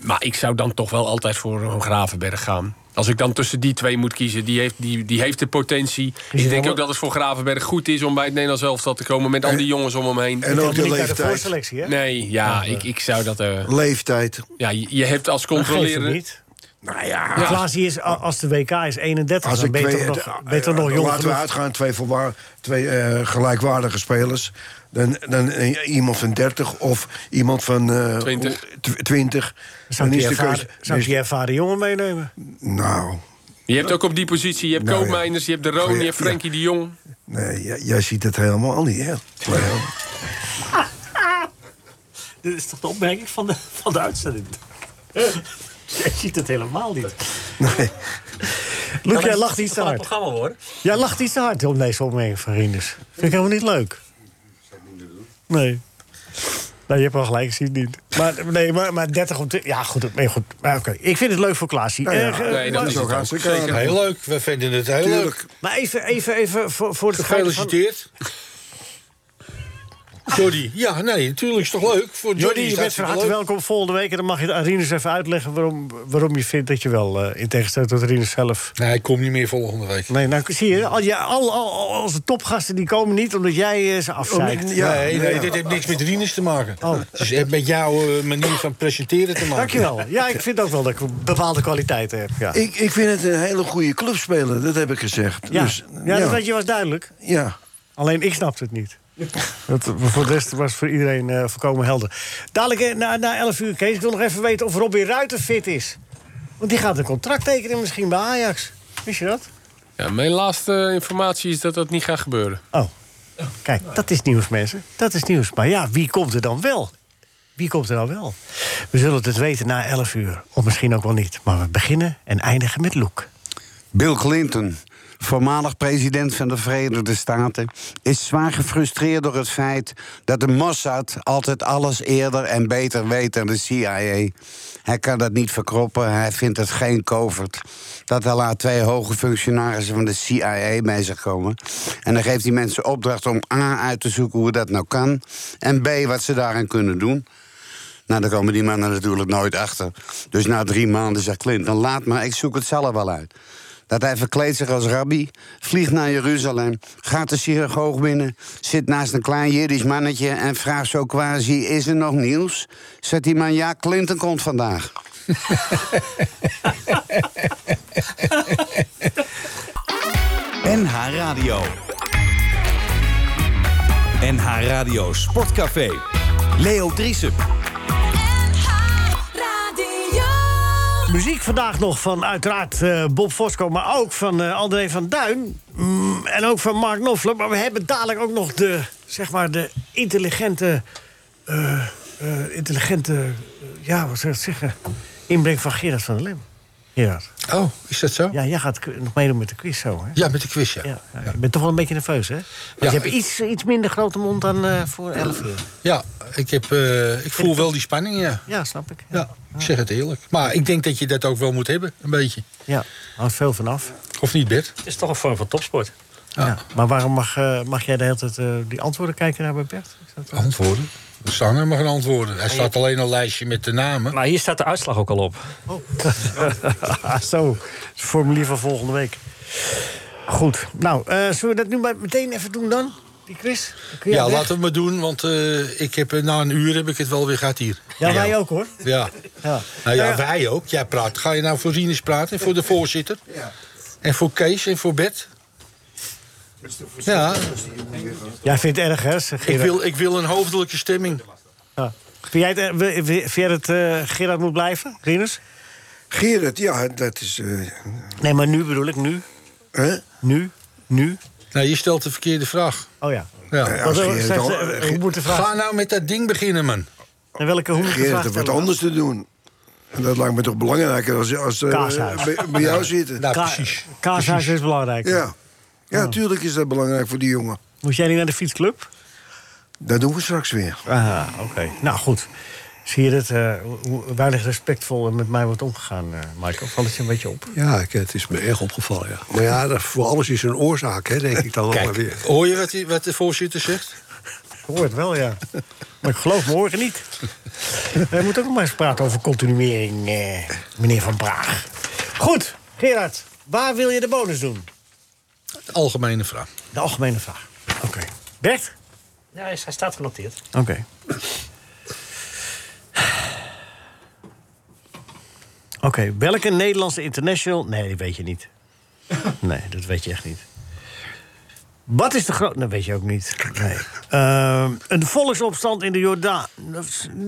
Maar ik zou dan toch wel altijd voor een Gravenberg gaan. Als ik dan tussen die twee moet kiezen, die heeft, die, die heeft de potentie. het ik denk helemaal- ook dat het voor Gravenberg goed is om bij het Nederlands elftal te komen met al die jongens om hem heen. En ook de Niet naar de leeftijd. voorselectie, hè? Nee, ja, ik, ik zou dat. eh, Leeftijd. ja, je, je hebt als Dat geeft hem controlerende. niet. Nou Ja. Klaas, die is, a- als de WK is 31, Als dan ik ben je twee, toch eh, nog, ben je toch nog dan jong Laten we genoeg. uitgaan, twee, volwaar, twee eh, gelijkwaardige spelers. Dan, dan eh, iemand van 30 of iemand van eh, 20. tw- 20. Zou Dan ik is die, de ervaren, keuze. zou ik is- die ervaren jongen meenemen? nou, Je hebt ook op die positie, je hebt Nou, ja. Koopmeiners, je hebt De Roon, je hebt Frenkie de Jong. nee, jij, jij ziet het helemaal niet, hè? Cleo? Dit is toch de opmerking van de, van de uitzending? Jij ziet het helemaal niet. Luc, Ja, jij maar lacht iets te van het hard. programma hoor. Jij lacht iets te hard om deze opmerking van Rinders. Vind ik helemaal niet leuk. Nee. Nou, je hebt wel gelijk, ik zie het niet. Maar, nee, maar, maar 30 op 20... Ja, goed. nee, goed. Maar oké, Ik vind het leuk voor Klaasie. Nou ja, Eh, eh, nee, dat maar- is het ook. Zeker heel leuk. We vinden het heel leuk. Maar even, even, even voor, voor het feit van- Gefeliciteerd. Jordi, ja, nee, natuurlijk is toch leuk. Voor Jordi, Jordi, is je bent van hartstikke harte leuk. welkom volgende week. En dan mag je aan Rinus even uitleggen waarom, waarom je vindt dat je wel... eh, in tegenstelling tot Rinus zelf... Nee, ik kom niet meer volgende week. Nee, nou zie je, al, ja, al, al, al onze topgasten die komen niet omdat jij eh, ze afzeikt. Oh, nee, nee, dit heeft niks met Rinus te maken. Oh. Het heeft met jouw eh, manier van presenteren te maken. Dankjewel. Ja, ik vind ook wel dat ik bepaalde kwaliteiten heb. Ja, Ik, ik vind het een hele goede clubspeler, dat heb ik gezegd. ja. Dus, ja dat ja. weet je was duidelijk. Ja. Alleen ik snapte het niet. Dat, voor de rest was het voor iedereen eh, volkomen helder. Dadelijk eh, na, na 11 uur, Kees, ik wil nog even weten of Robbie Ruiter fit is. Want die gaat een contract tekenen misschien bij Ajax. Wist je dat? Ja, mijn laatste eh, informatie is dat dat niet gaat gebeuren. Oh. Kijk, dat is nieuws, mensen. Dat is nieuws. Maar ja, wie komt er dan wel? Wie komt er dan wel? We zullen het weten na 11 uur. Of misschien ook wel niet. Maar we beginnen en eindigen met Loek. Bill Clinton, voormalig president van de Verenigde Staten, is zwaar gefrustreerd door het feit dat de Mossad altijd alles eerder en beter weet dan de CIA. Hij kan dat niet verkroppen, hij vindt het geen covert. Dat er laat twee hoge functionarissen van de CIA bij zich komen. En dan geeft hij mensen opdracht om A uit te zoeken hoe dat nou kan, en B wat ze daaraan kunnen doen. Nou, daar komen die mannen natuurlijk nooit achter. Dus na drie maanden zegt Clinton: laat maar, ik zoek het zelf wel uit. Dat hij verkleedt zich als rabbi, vliegt naar Jeruzalem, gaat de synagoog binnen, zit naast een klein Jiddisch mannetje en vraagt zo quasi: is er nog nieuws? Zegt die man: ja, Clinton komt vandaag. NH Radio. NH Radio Sportcafé. Leo Driesen. Muziek vandaag nog van uiteraard eh, Bob Fosco, maar ook van eh, André van Duin. Mm, en ook van Mark Knopfler. Maar we hebben dadelijk ook nog de, zeg maar, de intelligente... eh, eh, intelligente, eh, ja, wat zou ik zeggen... inbreng van Gerard van der Lem. Gerard. Oh, is dat zo? Ja, jij gaat k- nog meedoen met de quiz zo, hè? Ja, met de quiz, ja. Ja, Ja, Je bent toch wel een beetje nerveus, hè? Want je hebt iets, iets minder grote mond dan eh, voor 11 uur. ik, heb, eh, ik voel wel die spanning, ja. Ja, snap ik. Ja, ik zeg het eerlijk. Maar ik denk dat je dat ook wel moet hebben, een beetje. Ja, hangt veel vanaf. Of niet, Bert? Het is toch een vorm van topsport. Ja. Maar waarom mag, eh, mag jij de hele tijd eh, die antwoorden kijken naar bij Bert? Is dat- Antwoorden? Er staan helemaal geen antwoorden. Er je- staat alleen een lijstje met de namen. Maar hier staat de uitslag ook al op. Ah, zo. Het formulier van volgende week. Goed. Nou, eh, zullen we dat nu maar meteen even doen dan? Die quiz? Dan kun jij Ja, weg. laten we maar doen, want eh, ik heb, eh, na een uur heb ik het wel weer gehad hier. Ja, wij ook hoor. Ja. Ja. Nou ja, wij ook. Jij praat. Ga je nou voor Rinus praten? Voor de voorzitter? En voor Kees en voor Bert? Ja, Jij vindt het erg, hè? Gerard? ik wil, ik wil een hoofdelijke stemming. Ja. Vind jij het, eh, wil- wil- vind jij dat eh, Gerard moet blijven, Rinus? Gerrit, ja, dat is... eh, Nee, maar nu bedoel ik, nu. hè? Nu. Nu. Nou, je stelt de verkeerde vraag. Oh ja. Ja. Wat, eh, Gerard zegt, al- eh, hoe moet de vraag... Ga nou met dat ding beginnen, man. En welke, hoe moet de Gerrit vraag heeft wat stellen? anders te doen. En dat lijkt me toch belangrijker als, als eh, Kaashuis. bij, bij jou zitten. Nou, Ka- precies. Kaashuis is belangrijk. Ja. ja, tuurlijk is dat belangrijk voor die jongen. Moet jij niet naar de fietsclub? Dat doen we straks weer. Ah, oké. Nou, goed. Zie je dat, eh, hoe- hoe weinig respectvol er met mij wordt omgegaan, eh, Michael? Valt het je een beetje op? Ja, ik, eh, het is me erg opgevallen, ja. Maar Nou ja, dat- voor alles is een oorzaak, hè, denk ik dan ook maar weer. Hoor je wat, die- wat de voorzitter zegt? Ik hoor het wel, ja. Maar ik geloof me horen niet. Wij moeten ook nog maar eens praten over continuering, eh, meneer Van Praag. Goed, Gerard, waar wil je de bonus doen? De algemene vraag. De algemene vraag. Oké. Bert? Ja, hij hij staat genoteerd. Oké. Oké, welke Nederlandse international... Nee, die weet je niet. Nee, dat weet je echt niet. Wat is de groot... Dat weet je ook niet. Nee. Ehm, een volksopstand in de Jordaan...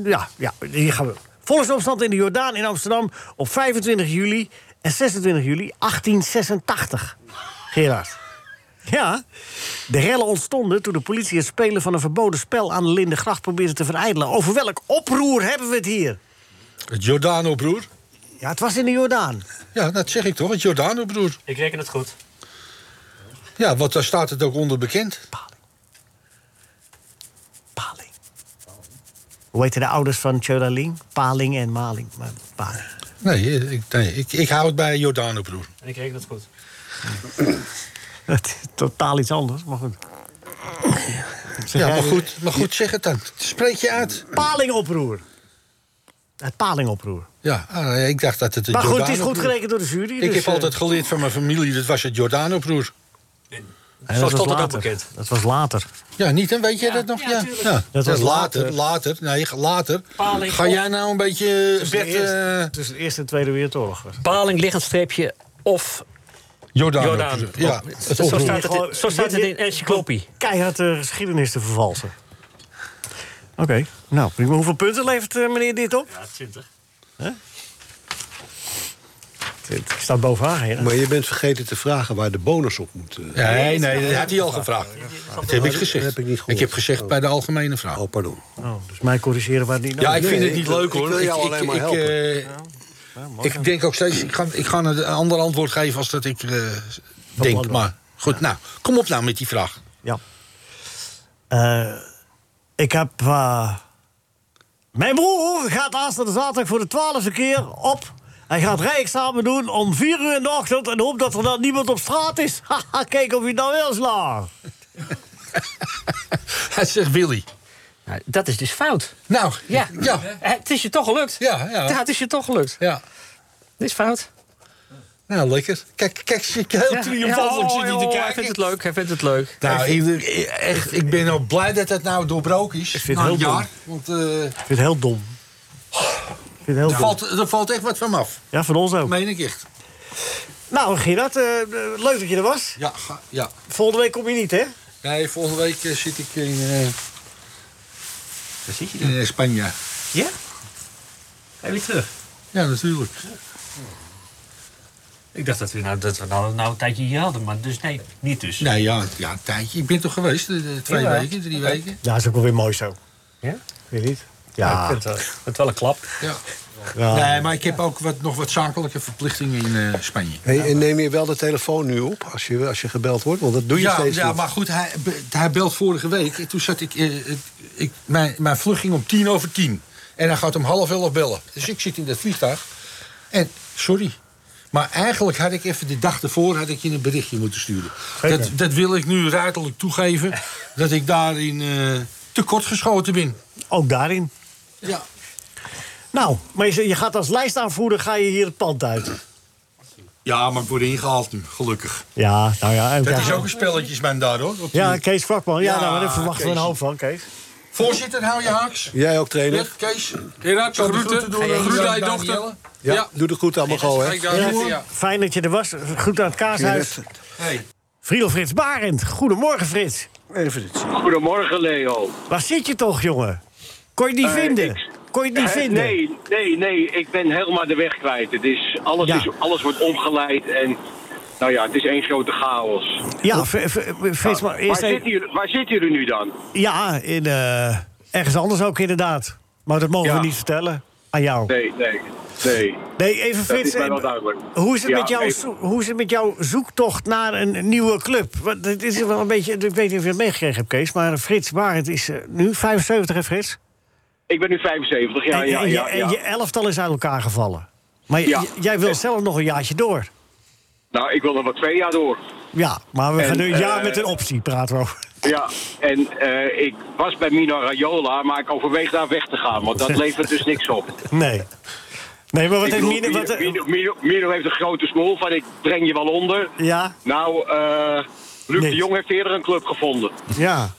Ja, ja, hier gaan we. Volksopstand in de Jordaan in Amsterdam op 25 juli en 26 juli 1886. Gerard. Ja, de rellen ontstonden toen de politie het spelen van een verboden spel aan de Lindengracht probeerde te verijdelen. Over welk oproer hebben we het hier? Het Jordano-broer. Ja, het was in de Jordaan. Ja, dat zeg ik toch, het Jordano-broer. Ik reken het goed. Ja, want daar staat het ook onder bekend. Hoe heette de ouders van Chodaling? Paling en Maling. Maar, Paling. Nee, ik, nee, ik, ik hou het bij Jordano-broer. En ik reken het goed. Het is totaal iets anders, maar goed. Ja, maar goed, maar goed, zeg het dan. Spreek je uit. Palingoproer. Het palingoproer. Ja, ah, nee, ik dacht dat het het Maar goed, het is Jordano-broer- goed gerekend door de jury. Ik dus, heb eh, altijd geleerd van mijn familie, dat was het Jordano-broer. nee, dat was later. Dat was later. Ja, niet, dan weet je dat nog? Ja, ja. Dat was later. later. Later, nee, later. Paling Ga op- jij nou een beetje... Tussen de Bert, eerste- eh, Tussen de Eerste en Tweede Wereldoorlog. Paling liggend streepje of Jordaan. Jordaan. Ja, Op- het zo, oproer. staat het, zo staat het in encyclopie. Keihard de geschiedenis te vervalsen. Oké, nou prima. Hoeveel punten levert eh, meneer dit op? Ja, 20. Ik sta bovenaan, Gerard. Maar je bent vergeten te vragen waar de bonus op moet. eh. Nee, nee, dat had hij al gevraagd. Dat heb ik gezegd. Dat heb ik niet gehoord. Ik heb gezegd bij de algemene vraag. Oh, pardon. Oh, dus mij corrigeren waar die nou... Ja, ik vind Nee, het niet ik- leuk ik hoor. wil jou alleen maar helpen. eh, ik denk ook steeds, ik ga, ik ga een ander antwoord geven als dat ik eh, denk. antwoord. Maar goed, nou, kom op nou met die vraag. Ja. Eh, ik heb... eh, mijn broer gaat aanstaande zaterdag voor de twaalfde keer op. Hij gaat rijexamen doen om vier uur in de ochtend... en hoopt dat er dan niemand op straat is. Haha, kijk of je nou wil slaan. Hij zegt Willy. Nou, dat is dus fout. Nou, Ja. ja, Het is je toch gelukt. ja, ja. Ja, het is je toch gelukt. ja. Dit is fout. Nou, lekker. Kijk, kijk, zit je heel Ja. triomfantelijk Ja, zit hij oh, te joh, Hij kijken. vindt het leuk, hij vindt het leuk. Nou, ik, ik- echt, ik ben ook blij dat dat nou doorbroken is. Ik vind na het een heel jaar. Want eh, Ik vind het heel dom. Ik vind het heel er, dom. valt, er valt echt wat van af. Ja, van ons ook. Dat meen ik echt. Nou, Gerard, eh, eh, leuk dat je er was. Ja, ga- ja. Volgende week kom je niet, hè? Nee, volgende week eh, zit ik in, eh, Daar zit je in eh, Spanje. Ja? Ga je weer terug? Ja, natuurlijk. Ik dacht dat we nou, dat we nou, nou een tijdje hier hadden, maar dus nee, niet dus. Nou ja, ja, een tijdje. Ik ben toch geweest? eh, twee Ja. weken, drie weken. Ja, is ook wel weer mooi zo. Ja? Weet je niet? Ja, Ja. ik vind het, wel- ik vind het wel een klap. Ja. ja. Nee, maar ik heb ook wat, nog wat zakelijke verplichtingen in eh, Spanje. Hey, en neem je wel de telefoon nu op als je, als je gebeld wordt? Want dat doe je ja, steeds ja niet. maar goed, hij, be- hij belt vorige week. En Toen zat ik, eh, het- ik mijn, mijn vlucht ging om tien over tien. En hij gaat om half elf bellen. Dus ik zit in dat vliegtuig. En, sorry. Maar eigenlijk had ik even de dag ervoor had ik je een berichtje moeten sturen. Zeker. Dat, dat wil ik nu ruiterlijk toegeven. dat ik daarin eh tekortgeschoten ben. Ook daarin. Ja. Nou, maar je, je gaat als lijstaanvoerder ga je hier het pand uit. ja, maar ik word ingehaald nu, gelukkig. Ja, nou ja. en- Dat ja. is ook een spelletjesman daar hoor. Op Ja, die- Kees Vakman. Ja, Ja, nou, daar verwachten we een Kees. hoop van, Kees. Voorzitter, hou je haaks. Jij ook trainer? Bert, Kees. Gerard, Zal de groeten. groeten doen, eh, Groeten aan je Danielle. dochter. Ja, Ja. doe de groet aan Mago, hè? Kijk daar zitten, ja. Fijn dat je er was. Goed aan het kaashuis. Hey. Friedel Frits Barend. Goedemorgen, Frits. Even dit. Goedemorgen, Leo. Waar zit je toch, jongen? Kon je die Eh, vinden? ik- Kon je die Eh, vinden? Nee, nee, nee. Ik ben helemaal de weg kwijt. Het is, alles, Ja. is, alles wordt omgeleid en... Nou ja, het is één grote chaos. Ja, Fr- Fr- Frits, maar waar, eerst Nou, even... zitten jullie, waar zitten jullie nu dan? Ja, in, eh, ergens anders ook inderdaad. Maar dat mogen Ja. we niet vertellen aan jou. Nee, nee, nee. Nee, even Dat Frits. is mij wel eh, duidelijk. Hoe is, het Ja, met jouw even. zo- hoe is het met jouw zoektocht naar een nieuwe club? Want het is wel een beetje, ik weet niet of je het meegekregen hebt, Kees, maar Frits Barend is eh, nu 75, hè Frits? Ik ben nu 75, ja, en, ja, en je, ja. en ja. je elftal is uit elkaar gevallen. Maar j- Ja. Eh. j- jij wil zelf nog een jaartje door. Nou, ik wil er wat twee jaar door. Ja, maar we En, gaan nu een jaar eh, met een optie praten we over. Ja, en eh, ik was bij Mino Raiola, maar ik overweeg daar weg te gaan, want dat levert dus niks op. Nee. Nee, maar wat Ik heeft bedoel, Mino- wat- Mino, Mino- Mino heeft een grote smoel van ik breng je wel onder. Ja. Nou, eh, Luc de Jong heeft eerder een club gevonden. Ja.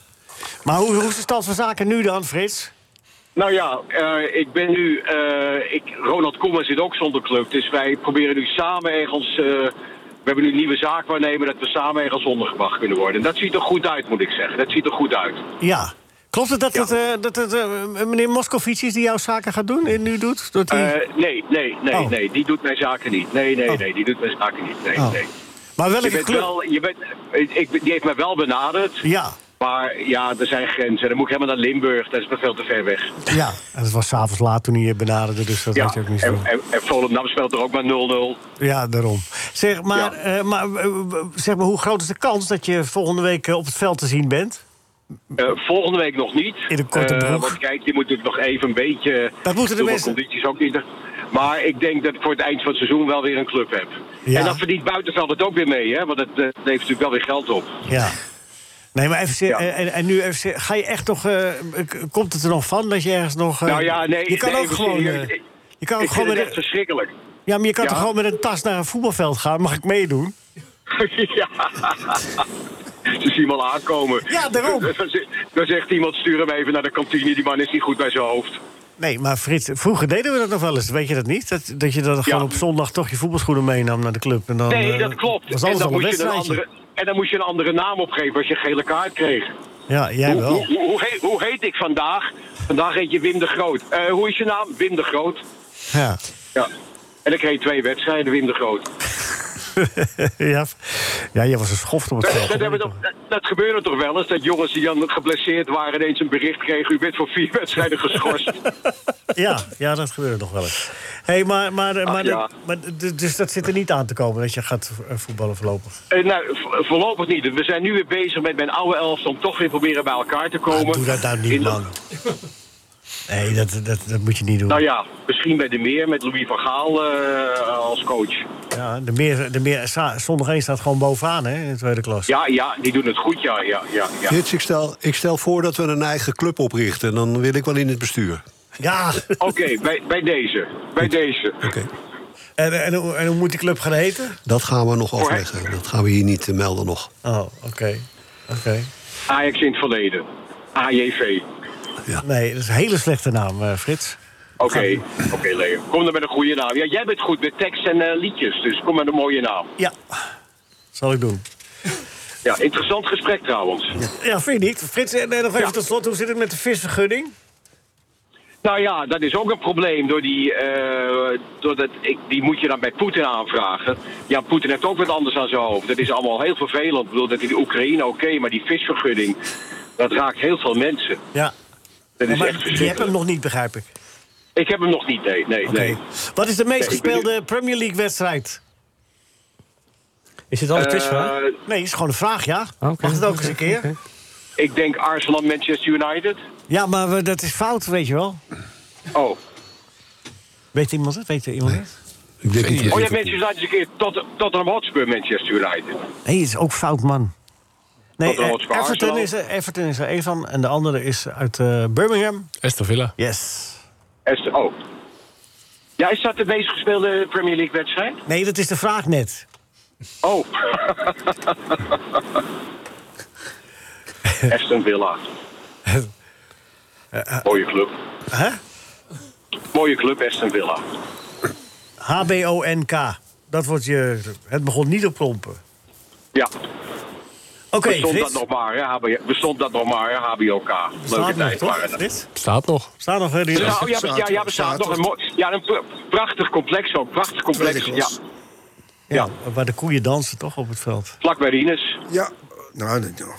Maar hoe, hoe is de stand van zaken nu dan, Frits? Nou ja, eh, ik ben nu. eh, ik, Ronald Koeman zit ook zonder club. Dus wij proberen nu samen ergens. eh, we hebben nu een nieuwe zaak waarnemen dat we samen ergens ondergebracht kunnen worden. En dat ziet er goed uit, moet ik zeggen. Dat ziet er goed uit. Ja. Klopt het dat het, eh, dat het eh, meneer Moscovici is die jouw zaken gaat doen en nu doet? Dat hij- Eh, nee, nee, nee, Oh. nee. Die doet mijn zaken niet. Nee, nee, nee. Die doet mijn zaken niet. Nee, Oh. nee. Maar welke je bent club- Wel, je bent, ik, die heeft mij wel benaderd. Ja. Maar ja, er zijn grenzen. Dan moet ik helemaal naar Limburg. Dat is me veel te ver weg. Ja, en het was s'avonds laat toen hij je benaderde, dus dat ja. weet je ook niet en, zo. en, en Volendam speelt er ook maar 0-0. Ja, daarom. Zeg maar, eh, maar, eh, zeg maar, hoe groot is de kans dat je volgende week eh, op het veld te zien bent? Eh, volgende week nog niet. In een korte broek. want kijk, je moet het nog even een beetje... Dat moeten de door mensen- condities ook niet... Maar ik denk dat ik voor het eind van het seizoen wel weer een club heb. Ja. En dat verdient Buitenveld het ook weer mee, hè? Want het, eh, levert natuurlijk wel weer geld op. Ja. Nee, maar even, se- eh, en, en nu even, se- ga je echt nog, eh, k- komt het er nog van dat je ergens nog... eh, nou ja, nee... Je kan nee, ook even gewoon... serieus, eh, ik- je kan ook ik gewoon vind met het een- echt verschrikkelijk. ja, maar je kan Ja. toch gewoon met een tas naar een voetbalveld gaan? Mag ik meedoen? ja. Ze zien wel aankomen. Ja, daarom. Dan zegt- Dan zegt iemand, stuur hem even naar de kantine. Die man is niet goed bij zijn hoofd. Nee, maar Frits, vroeger deden we dat nog wel eens. Weet je dat niet? Dat, dat je dan gewoon op zondag toch je voetbalschoenen meenam naar de club. En dan, nee, eh, dat klopt. Was alles en, dan al een moest je een wedstrijdje. andere, en dan moest je een andere naam opgeven als je een gele kaart kreeg. Ja, jij hoe, wel. Hoe, hoe, hoe heet, hoe heet ik vandaag? Vandaag heet je Wim de Groot. Eh, hoe is je naam? Wim de Groot. Ja. Ja. En ik kreeg twee wedstrijden, Wim de Groot. ja. ja, jij was een schoft op het Dat, veld. dat, hebben we toch- dat- dat gebeurde toch wel eens? Dat jongens die dan geblesseerd waren ineens een bericht kregen... u bent voor vier wedstrijden geschorst. Ja, ja, dat gebeurde nog wel eens. Hey, maar, maar, eh, Ach, maar, ja. maar, d- dus dat zit er niet aan te komen dat je gaat eh, voetballen voorlopig. Eh, nou, vo- voorlopig niet. We zijn nu weer bezig met mijn oude elf... om toch weer proberen bij elkaar te komen. doe dat nou niet, In de- man. Nee, dat, dat, dat moet je niet doen. Nou ja, misschien bij de meer met Louis van Gaal eh, als coach. Ja, de meer, de meer, Sa- zondag 1 staat gewoon bovenaan hè, in de tweede klas. Ja, ja, die doen het goed, ja. ja, ja, ja. Frits, ik stel, ik stel voor dat we een eigen club oprichten. Dan wil ik wel in het bestuur. Ja. Oké, bij, bij deze. Bij deze. En, en, hoe- en hoe moet die club gaan heten? Dat gaan we nog afleggen. Dat gaan we hier niet eh, melden nog. Oh, oké. Oké. Ajax in het verleden. AJV. Nee, dat is een hele slechte naam, eh, Frits. Oké, oké Leo. Kom dan met een goede naam. Ja, jij bent goed met tekst en eh, liedjes, dus kom met een mooie naam. Ja. Zal ik doen. Ja, interessant gesprek trouwens. Ja, vind je niet? Frits, en eh, nog even tot slot, hoe zit het met de visvergunning? Nou ja, dat is ook een probleem. Door die, eh, door dat, ik, die moet je dan bij Poetin aanvragen. Ja, Poetin heeft ook wat anders aan zijn hoofd. Dat is allemaal heel vervelend. Ik bedoel, dat in de Oekraïne oké, maar die visvergunning... dat raakt heel veel mensen. Ja. Dat is maar echt je hebt verschrikkelijk. hem nog niet, begrijp ik. Ik heb hem nog niet, nee. nee, nee. Wat is de meest Nee, ik ben gespeelde Premier League-wedstrijd? Is dit al een quizvraag? Eh, Nee, is gewoon een vraag, ja. Mag het ook eens een keer? Ik denk Arsenal Manchester United. Ja, maar we- dat is fout, weet je wel. Oh. Weet iemand het? Weet er iemand het? Ik denk oh ja, Manchester United is een keer tot, Tottenham Hotspur Manchester United. Nee, het is ook fout, man. Nee, Wat een eh, rotsbaar Everton Arsenal. is, er, Everton is er één van. En de andere is uit eh, Birmingham. Aston Villa. Yes. Est oh. Ja, is dat de meest gespeelde Premier League wedstrijd? Nee, dat is de vraag net. Oh. Aston Villa. Mooie club. Eh, Hè? Mooie club, Aston Villa. H-B-O-N-K. Dat wordt je... Het begon niet op klompen. Ja. Oké, bestond, Frits. dat nog maar, hè, HBO bestond dat nog maar, hè, HBOK. Leuke Staat nog, tijd toch, waren dat. Frits? Staat nog. Staat nog, hè? die- Ja, oh, ja, ja, ja, bestaat nog een mooi... Ja, een pr- prachtig complex ook. Prachtig complex, ja. Ja, waar de koeien dansen, toch, op het veld. Ze Vlak bij Rines. Ja, nou, dat- nou,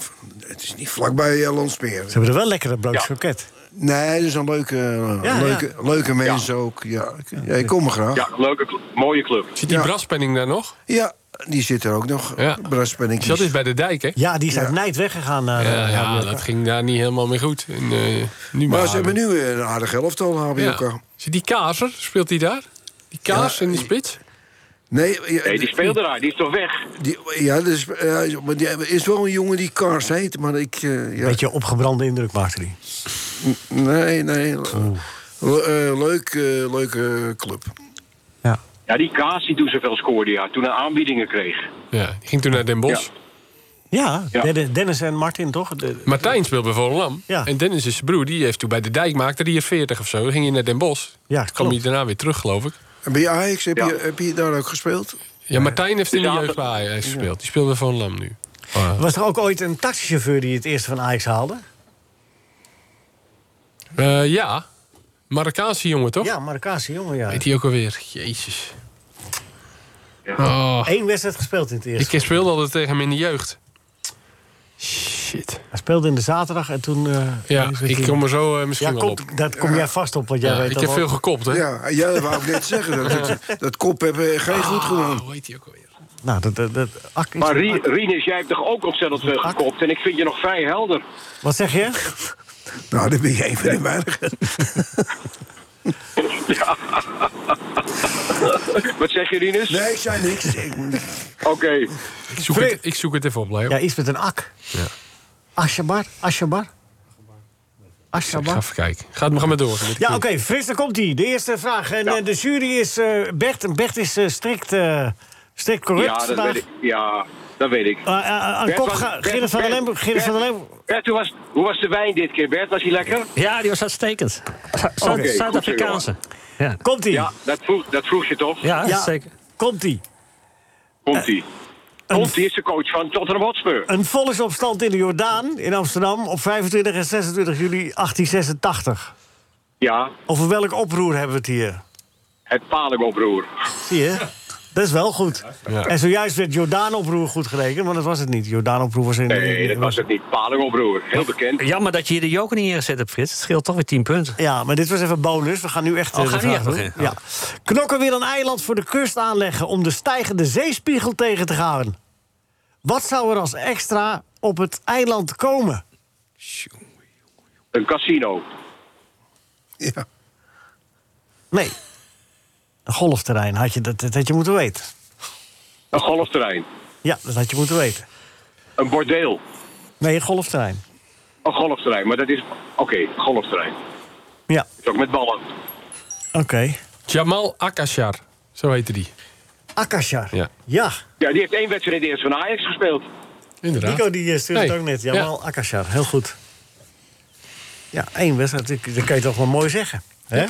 het is niet vlakbij eh, Landsmeer. Ze hebben er wel lekkere broodjes kroket. Nee, dat is een leuke, eh, Ja, leuke, ja. leuke mensen ook. Ja, ik, ja, ik kom er graag. Ja, leuke, cl- mooie club. Zit die braspenning daar nog? Ja, die zit er ook nog. Ja. Braspenningjes. Dat is bij de dijk, hè? Ja, die is uit Nijd weggegaan. naar Ja, eh, ja, Hamburg. dat ging daar niet helemaal meer goed. En, eh, nu Maar maar ze hebben nu eh, een aardig elftal, HBO. Ja. Zit die Kazer, speelt hij daar? Die Kaas in de spits? Nee, ja, Nee, die speelde daar. Die is toch weg? die- ja, dus, eh, maar die- er is wel een jongen die Kars heet, maar ik... eh, ja, Beetje opgebrande indruk maakte die. Nee, nee. Le- eh, leuk, eh, leuke club. Ja, die Kaas die toen zoveel scoorde, ja. Toen hij aanbiedingen kreeg. Ja, die ging toen naar Den Bosch. Ja, Den- Dennis en Martin toch? De- Martijn speelt bij Volendam. En Dennis is zijn broer. Die heeft toen bij de dijk maakte die er 40 of zo. Dan ging hij naar Den Bosch. Ja, Toen kwam hij daarna weer terug, geloof ik. En bij Ajax heb, je, heb je daar ook gespeeld? Ja, Martijn heeft in de Ja, jeugd bij Ajax gespeeld. Die speelt bij Volendam nu. Was er ook ooit een taxichauffeur die het eerste van Ajax haalde? Eh, ja, Marokkaanse jongen, toch? Ja, Marokkaanse jongen, ja. Heet hij ook alweer? Jezus. Oh. Eén wedstrijd gespeeld in het eerste. Ik speelde altijd tegen hem in de jeugd. Hij speelde in de zaterdag en toen... eh, Ja, is het ik hier- kom er zo eh, misschien Ja, wel komt- op. Daar kom jij vast op, want jij Ja, weet ik dat heb wel. veel gekopt, hè? Ja, ja, wou ik net zeggen. Dat, dat, dat kop hebben geen goed gedaan. Hoe heet hij ook alweer? Nou, dat... dat, dat ak- iets- Maar Rie- Rinus, jij hebt toch ook ontzettend veel gekopt. En ik vind je nog vrij helder. Wat zeg je? Nou, dat ben je even in weinigen. Wat zeg je, Rinus? Nee, ik zei niks. Oké. Ik zoek, het, ik zoek het even op, Leo. Ja, iets met een ak. Ja. Asjabar, Asjabar. Ik ga Asjabar. even kijken. Ga, we gaan maar door. Ja, oké, Frits, daar komt hij. De eerste vraag. En eh, de jury is eh Bert. En Bert is eh, strikt, eh, strikt correct ja, dat vandaag. Weet ik. Ja, dat weet ik. Eh, eh, eh, aan Bert, kop was- ga- Bert, Gerrit van der Bert, Lem. Gerrit van der Lem. Bert, hoe was, hoe was de wijn dit keer, Bert? Was hij lekker? Ja, die was uitstekend. Zu- Zu- Oké, goed Zuid-Afrikaanse. Ja. Komt-ie. Ja, dat vroeg, dat vroeg je toch? Ja, Ja. zeker. Eh, Komt-ie. Komt-ie. Komt-ie is de coach van Tottenham Hotspur. Een volksopstand in de Jordaan in Amsterdam op 25 en 26 juli 1886. Ja, Over welk oproer hebben we het hier? het Palingoproer. Zie je? Dat is wel goed. Ja. En zojuist werd Jordaan-oproer goed gerekend, want dat was het niet. Jordaan-oproer was in... Nee, dat was het niet. Palingoproer, heel bekend. Jammer dat je hier de joker niet neergezet hebt, Frits. Het scheelt toch weer 10 punten. Ja, maar dit was even bonus. We gaan nu echt... Oh, eh, de gaan we nu vraag echt doen. beginnen? Ja. Knokken weer een eiland voor de kust aanleggen... om de stijgende zeespiegel tegen te gaan. Wat zou er als extra op het eiland komen? Een casino. Ja. Nee. Een golfterrein, had je, dat, dat had je moeten weten. Een golfterrein. Ja, dat had je moeten weten. Een bordeel. Nee, een golfterrein. Een golfterrein, maar dat is... Oké, golfterrein. Ja. Is ook met ballen. Oké. Jamal Akashar, zo heette die. Akashar. Ja. Ja, Ja, die heeft één wedstrijd eerst van Ajax gespeeld. inderdaad. Nico die eh, stuurde Nee. het ook net. Jamal Akashar, heel goed. Ja, één wedstrijd, dat- dat kan je toch wel mooi zeggen. Hè?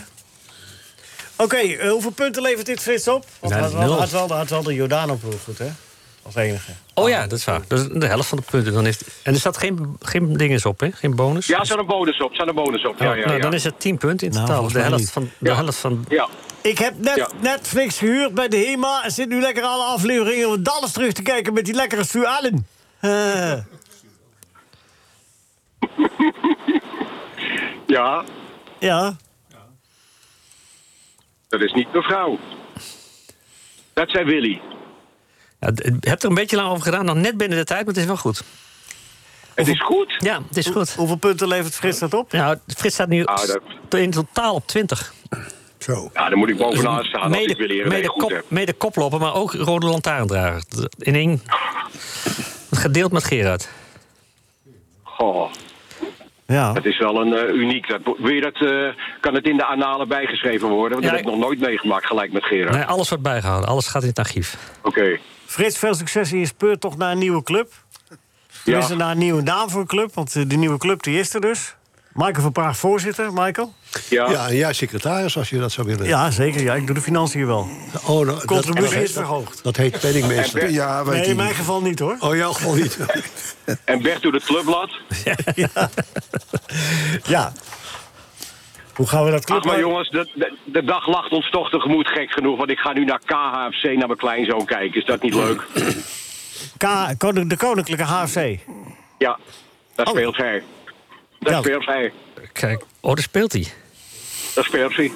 Oké, eh, hoeveel punten levert dit Frits op? Want Nee, had, wel- nul. had wel, had wel de Jordaan op goed, hè? Als enige. Oh ja, dat is waar. Dat is de helft van de punten. Dan heeft... En er staat geen, geen dinges op, hè? Geen bonus. Ja, er staat een bonus op. er Staat een bonus op. Ja, Nou, ja, nou, ja. dan is het 10 punten in Nou, totaal. volgens De mij helft niet. van. De helft van... Ja. Ik heb net, Netflix gehuurd bij de HEMA en zit nu lekker alle afleveringen van Dallas terug te kijken met die lekkere Sue Allen. Eh, ja, ja, dat is niet mevrouw. Dat zei Willy. Ja, d- ik heb er een beetje lang over gedaan, nog net binnen de tijd, maar het is wel goed. Het is goed? Ja, het is goed. hoeveel punten levert Frits dat op? Nou, Frits staat nu Ah, dat- op- in totaal op 20. Zo. Ja, dan moet ik bovenaan staan als ik Willy Oh. Mede, Herwegen mede, goed kop, heb. mede koploper, maar ook rode lantaarndrager. D- In één. Gedeeld met Gerard. Goh. Ja. Dat is wel een eh, uniek. Dat, wil je dat, eh, kan het in de analen bijgeschreven worden? Want dat heb ik nog nooit meegemaakt, gelijk met Gerard. Nee, alles wordt bijgehouden, alles gaat in het archief. Oké. Frits, veel succes in je speurtocht naar een nieuwe club. Er is er naar een nieuwe naam voor een club, want eh, die nieuwe club die is er dus. Michael van Praag, voorzitter. Michael? Ja. ja, en jij secretaris als je dat zou willen. Ja, zeker. Ja, ik doe de financiën wel. Oh, nou, Contributie dat- is verhoogd. Dat heet penningmeester. nee, in mijn geval niet hoor. Oh, jouw geval niet. En Bert doet het clubblad. Ja. Hoe gaan we dat Ach, maar clubblad... jongens, de, de, de dag lacht ons toch tegemoet, gek genoeg. Want ik ga nu naar KHFC, naar mijn kleinzoon kijken. Is dat niet leuk? K- Koning- de Koninklijke HFC. Ja, Oh. daar speelt hij. Daar Ja. speelt hij. Kijk, oh, daar speelt hij. Daar speelt hij.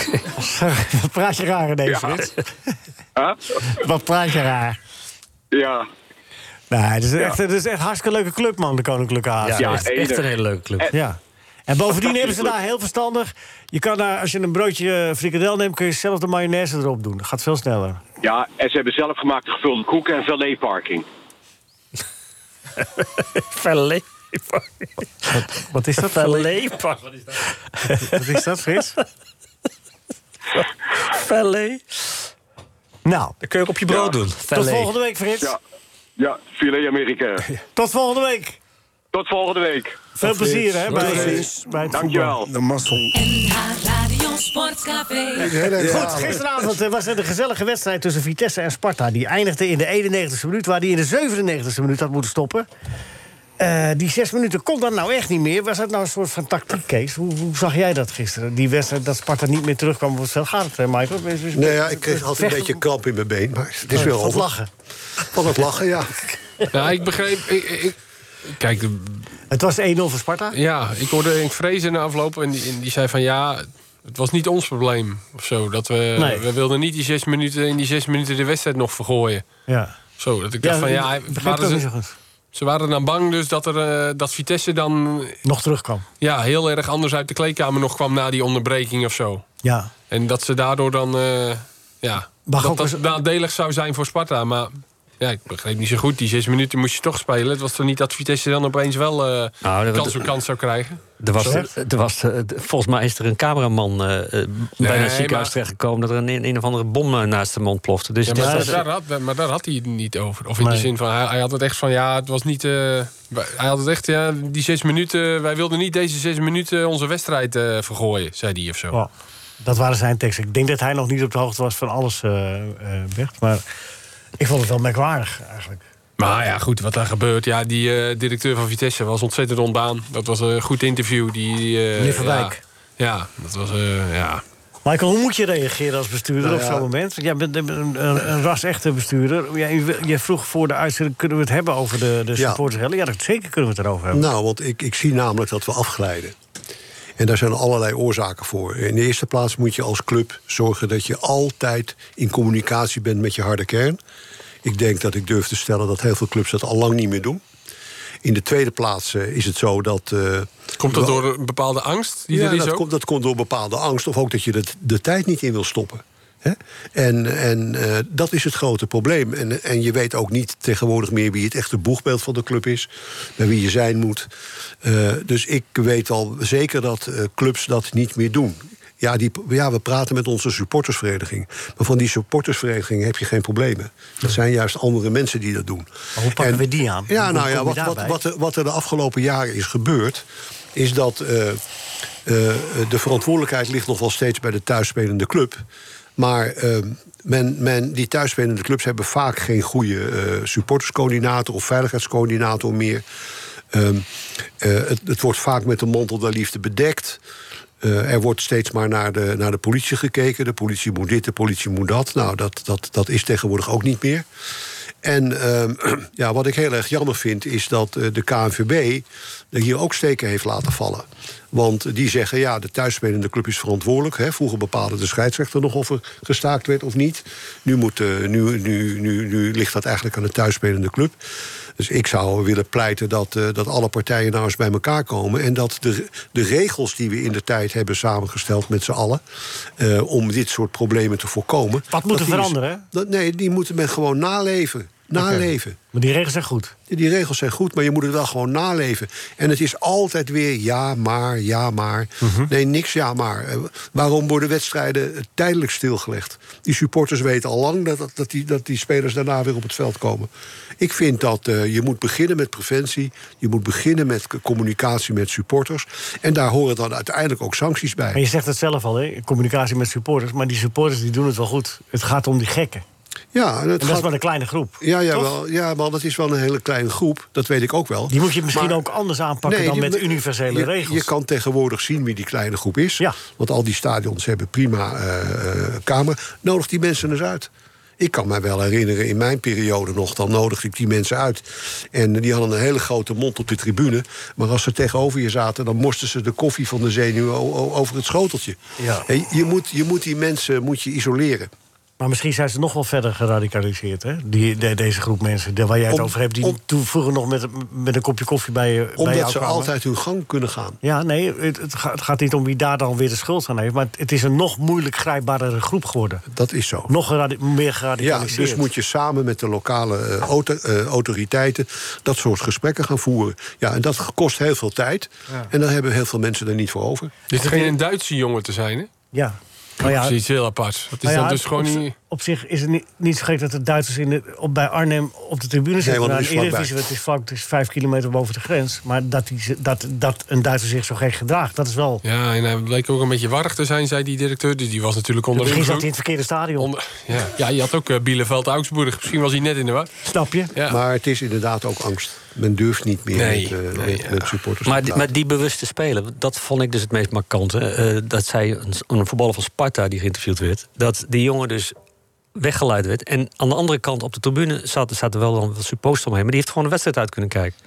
Wat praat je raar in deze, Ja. Frits? Huh? Wat praat je raar? Ja. Nee, het is, Ja. echt, het is echt een hartstikke leuke club, man, de Koninklijke HFC. Ja, echt- echt een hele leuke club. Eh, Ja. En bovendien hebben ze Fantastisch. daar heel verstandig. Je kan daar, als je een broodje eh, frikandel neemt, kun je zelf de mayonaise erop doen. Dat gaat veel sneller. ja, en ze hebben zelfgemaakte gevulde koeken en valetparking. Valet. Wat is dat? Valet. Wat is dat, Frits? Valet. Nou. Dan kun je ook op je brood Ja. doen. Tot volgende week, Frits. Ja, ja filet Amerika. Tot volgende week. Tot volgende week. Veel plezier, hè, bij, bij Dankjewel. het voetbal. Dankjewel. De mazzel. NH Radio Sportcafé. Goed, gisteravond eh, was er een gezellige wedstrijd tussen Vitesse en Sparta. Die eindigde in de 91ste minuut, waar die in de 97ste minuut had moeten stoppen. Eh, die zes minuten kon dat nou echt niet meer. Was dat nou een soort van tactiek, Kees? Hoe, hoe zag jij dat gisteren? Die wedstrijd dat Sparta niet meer terugkwam. Hoe gaat het, hè, Michael? Nou ja, ik kreeg altijd een beetje kramp in mijn been, maar het is wel Van het over. lachen. Van het lachen, ja. Ja, ik begreep... Ik, ik- kijk, de- Het was 1-0 voor Sparta. ja, ik hoorde Henk Vrezen na afloop en die, en die zei van... ja, het was niet ons probleem of zo. Dat we, Nee. we wilden niet die zes minuten, in die zes minuten de wedstrijd nog vergooien. Ja. Zo, dat ik dacht van... Ja, ik begreep het waren ook ze, niet zo goed. ze waren dan bang dus dat, er, eh, dat Vitesse dan Nog terugkwam. ja, heel erg anders uit de kleedkamer nog kwam... na die onderbreking of zo. Ja. En dat ze daardoor dan... eh, ja, Maar dat ook dat nadelig zou zijn voor Sparta. Maar ja, ik begreep niet zo goed. Die zes minuten moest je toch spelen. Het was toch niet dat Vitesse dan opeens wel eh, Nou, dat- kans op kans zou krijgen? Er was, Zo? er was, eh, d- volgens mij is er een cameraman eh, eh, bijna het maar- ziekenhuis terechtgekomen... dat er een, een of andere bom eh, naast hem ontplofte. Dus Ja, het is maar, dat- daar, had, maar daar had hij het niet over. Of in Nee. de zin van, hij, hij had het echt van, ja, het was niet... eh, wij- hij had het echt, ja, die zes minuten... Wij wilden niet deze zes minuten onze wedstrijd eh, vergooien, zei hij of zo. Oh, dat waren zijn teksten. Ik denk dat hij nog niet op de hoogte was van alles, eh eh, Bert. Maar ik vond het wel merkwaardig, eigenlijk. Maar ja, goed, wat daar gebeurt. Ja, die eh, directeur van Vitesse was ontzettend ontdaan. Dat was een goed interview. Die, eh, Meneer Van Wijk. Ja, ja, dat was... eh, ja. Michael, hoe moet je reageren als bestuurder Nou op ja. zo'n moment? Want Jij bent een, een, een ras-echte bestuurder. Jij, jij vroeg voor de uitzending, kunnen we het hebben over de, de Ja. supportersrellen? Ja, dat, zeker kunnen we het erover hebben. Nou, want ik, ik zie namelijk dat we afglijden. En daar zijn allerlei oorzaken voor. In de eerste plaats moet je als club zorgen dat je altijd in communicatie bent met je harde kern. Ik denk dat ik durf te stellen dat heel veel clubs dat al lang niet meer doen. In de tweede plaats eh, is het zo dat. eh, Komt dat wel- door een bepaalde angst die ja, er is dat ook? komt, dat komt door bepaalde angst. Of ook dat je de, de tijd niet in wil stoppen. Hè? En, en eh, dat is het grote probleem. En, en je weet ook niet tegenwoordig meer wie het echte boegbeeld van de club is. Bij wie je zijn moet. Eh, dus ik weet al zeker dat eh, clubs dat niet meer doen. Ja, die, ja, we praten met onze supportersvereniging. Maar van die supportersvereniging heb je geen problemen. Dat zijn juist andere mensen die dat doen. hoe pakken we die aan? Ja, Hoe nou kom ja, je wat, wat, daarbij? wat, er- wat er de afgelopen jaren is gebeurd... is dat eh, eh, de verantwoordelijkheid ligt nog wel steeds bij de thuisspelende club. Maar eh, men, men, die thuisspelende clubs hebben vaak geen goede eh, supporterscoördinator... of veiligheidscoördinator meer. Ehm, eh, het, het wordt vaak met de mantel der liefde bedekt. Eh, er wordt steeds maar naar de, naar de politie gekeken. De politie moet dit, de politie moet dat. Nou, dat, dat, dat is tegenwoordig ook niet meer. En ehm, ja, wat ik heel erg jammer vind, is dat eh, de KNVB er hier ook steken heeft laten vallen. Want die zeggen, ja, de thuisspelende club is verantwoordelijk. Hè. Vroeger bepaalde de scheidsrechter nog of er gestaakt werd of niet. Nu, moet, eh, nu, nu, nu, nu ligt dat eigenlijk aan de thuisspelende club. Dus ik zou willen pleiten dat, eh, dat alle partijen nou eens bij elkaar komen. En dat de, de regels die we in de tijd hebben samengesteld met z'n allen. eh, om dit soort problemen te voorkomen. Wat moet dat er die- veranderen? dat- nee, die moeten men gewoon naleven. Naleven. Maar die regels zijn goed. Die, die regels zijn goed, maar je moet het wel gewoon naleven. En het is altijd weer ja, maar, ja, maar. Mhm. Nee, niks ja, maar. Eh, Waarom worden wedstrijden eh, tijdelijk stilgelegd? Die supporters weten al lang dat, dat, dat die, dat die spelers daarna weer op het veld komen. Ik vind dat eh, je moet beginnen met preventie. Je moet beginnen met c- communicatie met supporters. En daar horen dan uiteindelijk ook sancties bij. En je zegt het zelf al, hè? communicatie met supporters. Maar die supporters die doen het wel goed. Het gaat om die gekken. Ja, en dat is gaat- maar een kleine groep. Ja, ja, Toch? wel, ja, maar dat is wel een hele kleine groep. Dat weet ik ook wel. Die moet je misschien Maar- ook anders aanpakken Nee, dan die- met universele je, regels. Je kan tegenwoordig zien wie die kleine groep is. Want al die stadions hebben prima eh, eh, kamer. Nodig die mensen eens uit. Ik kan mij wel herinneren, in mijn periode nog, dan nodigde ik die mensen uit. En die hadden een hele grote mond op de tribune. Maar als ze tegenover je zaten, dan moesten ze de koffie van de zenuwen o- o- over het schoteltje. Ja. En Je, moet, je moet die mensen moet je isoleren. Maar misschien zijn ze nog wel verder geradicaliseerd, hè? Die, de- deze groep mensen de- waar jij het Om- over hebt... die om- toen vroeger nog met, met een kopje koffie bij je bij jou Omdat ze kwamen. altijd hun gang kunnen gaan. Ja, nee, het, het ga- het gaat niet om wie daar dan weer de schuld aan heeft... maar het, het is een nog moeilijk grijpbaardere groep geworden. Dat is zo. Nog geradi- meer Ja, geradicaliseerd. dus moet je samen met de lokale eh, auto- eh, autoriteiten dat soort gesprekken gaan voeren. Ja, en dat kost heel veel tijd. Ja. En daar hebben heel veel mensen er niet voor over. Dit scheen een Duitse jongen te zijn, hè? Ja. Nou ja, dat is iets heel apart. Dat is nou ja, dan dus het- gewoon op, niet... op zich is het niet, niet vergeten dat de Duitsers in de, op, bij Arnhem op de tribune zitten. want het Nou, is in vlakbij. Eredivisie, het is vlak, het is vijf kilometer boven de grens. Maar dat, die, ze- dat, dat een Duitser zich zo gek gedraagt, dat is wel... Ja, en hij bleek ook een beetje warrig te zijn, zei die directeur. Dus Die, die was natuurlijk onder Misschien zat hij in invloed. het verkeerde stadion. Ja, ja, je had ook eh, Bielefeld-Augsburg. Misschien was hij net in de war. Snap je? Ja. Maar het is inderdaad ook angst. Men durft niet meer Nee, met, eh, nee, met, met supporters Maar, te die- praten. maar die bewuste spelen, dat vond ik dus het meest markante. eh, dat zij, een, een voetballer van Sparta die geïnterviewd werd... dat die jongen dus weggeleid werd. En aan de andere kant op de tribune zaten, zaten wel dan wat supporters omheen... maar die heeft gewoon de wedstrijd uit kunnen kijken.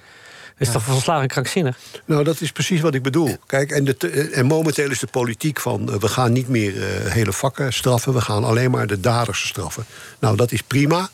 Is toch volslagen krankzinnig? Nou, dat is precies wat ik bedoel. Kijk, en, de te- eh, en momenteel is de politiek van... eh, we gaan niet meer eh, hele vakken straffen... we gaan alleen maar de daders straffen. Nou, dat is prima.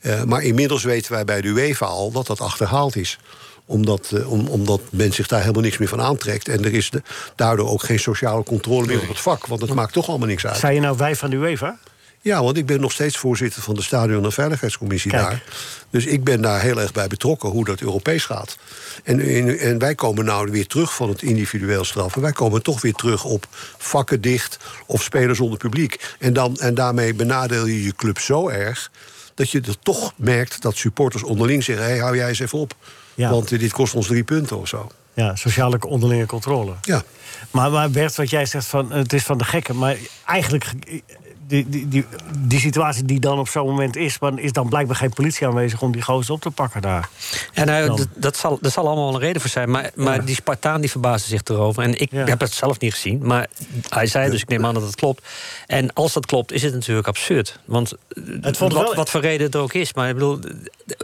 eh, maar inmiddels weten wij bij de UEFA al dat dat achterhaald is. Omdat, eh, om, omdat men zich daar helemaal niks meer van aantrekt. En er is de, daardoor ook geen sociale controle meer op het vak. Want het maakt toch allemaal niks uit. Zijn je nou wij van de UEFA? Ja, want ik ben nog steeds voorzitter van de Stadion- en Veiligheidscommissie daar. Dus ik ben daar heel erg bij betrokken hoe dat Europees gaat. En, en, en wij komen nou weer terug van het individueel straffen. Wij komen toch weer terug op vakken dicht of spelen zonder publiek. En, dan, en daarmee benadeel je je club zo erg... dat je er toch merkt dat supporters onderling zeggen... hé, hey, hou jij eens even op, Ja. want eh, dit kost ons drie punten of zo. Ja, sociale onderlinge controle. Ja. Maar, maar Bert, wat jij zegt, van, eh, het is van de gekken. Maar eigenlijk, eh, die, die, die, die situatie die dan op zo'n moment is... maar is dan blijkbaar geen politie aanwezig om die gozer op te pakken daar. Ja, nou, Dan. dat, dat zal, daar zal allemaal wel een reden voor zijn. Maar, maar die Spartaan die verbaasde zich erover. En ik heb het zelf niet gezien. Maar hij zei dus, ik neem aan dat het klopt. En als dat klopt, is het natuurlijk absurd. Want Het het vond wat, wel- wat voor reden het ook is. Maar ik bedoel,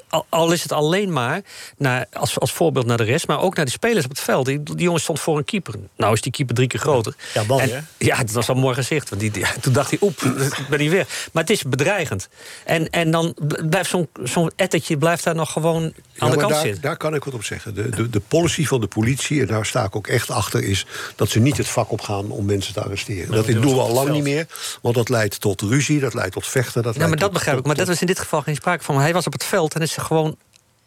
al, al is het alleen maar naar, als, als voorbeeld naar de rest... maar ook naar de spelers op het veld. Die, die jongen stond voor een keeper. Nou is die keeper drie keer groter. Ja, Balje, En- hè? ja, dat was al mooi gezicht. Want die, die- toen dacht hij, oep, ik ben niet weg. Maar het is bedreigend. En, en dan bl- blijft zo'n zo'n ettertje blijft daar nog gewoon aan Ja, de maar kant daar, zitten. Daar kan ik wat op zeggen. De, de, de policy van de politie, en daar sta ik ook echt achter, is dat ze niet het vak op gaan om mensen te arresteren. dat Nou, dat doen doen we ze al op lang het niet meer, want dat leidt tot ruzie, dat leidt tot vechten. Dat Ja, maar leidt dat tot- begrijp ik. Maar dat was in dit geval geen sprake van. Hij was op het veld en is gewoon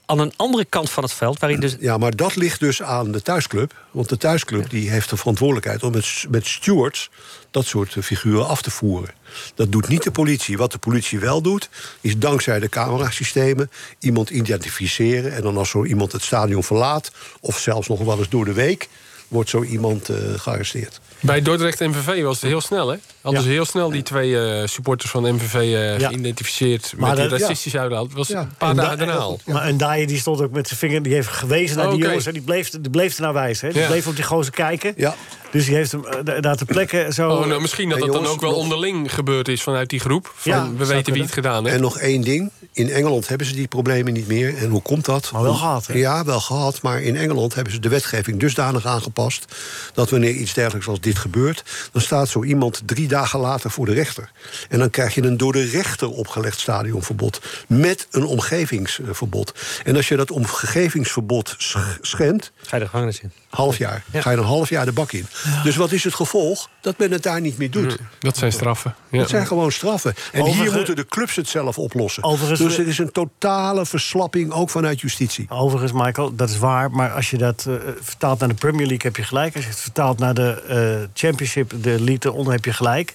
aan een andere kant van het veld... waar hij dus Ja, maar dat ligt dus aan de thuisclub. Want de thuisclub die heeft de verantwoordelijkheid om met, met stewards dat soort eh, figuren af te voeren. Dat doet niet de politie. Wat de politie wel doet, is dankzij de camerasystemen iemand identificeren. En dan als zo iemand het stadion verlaat, of zelfs nog wel eens door de week, wordt zo iemand eh, gearresteerd. Bij Dordrecht MVV was het heel snel, hè? Hadden ze heel snel die twee eh, supporters van MVV eh, geïdentificeerd... Maar met die dat- ja. racistische uithaal. Het was een paar En dagen Da- daarna al. Maar en Daaien die stond ook met zijn vinger, die heeft gewezen naar Oh, die oké. jongens en die bleef, die bleef er naar wijzen. Hè? Die Ja. bleef op die gozer kijken. Ja. Dus die heeft hem eh, da- daar te plekken zo. Oh, nou, misschien dat Hey, dat dan jongens, ook wel nog- onderling gebeurd is vanuit die groep. Van, Ja, we zou weten wie kunnen. het gedaan heeft. En nog één ding. In Engeland hebben ze die problemen niet meer. En hoe komt dat? Maar wel gehad, hè? Ja, wel gehad. Maar in Engeland hebben ze de wetgeving dusdanig aangepast... dat wanneer iets dergelijks als dit gebeurt... dan staat zo iemand drie dagen later voor de rechter. En dan krijg je een door de rechter opgelegd stadionverbod... met een omgevingsverbod. En als je dat omgevingsverbod sch- schendt... Ga je de gevangenis in. half jaar. Ga je een half jaar de bak in. Dus wat is het gevolg? Dat men het daar niet meer doet. Dat zijn straffen. Ja. Het zijn gewoon straffen. En hier Overigens- moeten de clubs het zelf oplossen. Overigens- Dus er is een totale verslapping, ook vanuit justitie. Overigens, Michael, dat is waar. Maar als je dat eh, vertaalt naar de Premier League, heb je gelijk. Als je het vertaalt naar de eh, Championship, de League daaronder, heb je gelijk.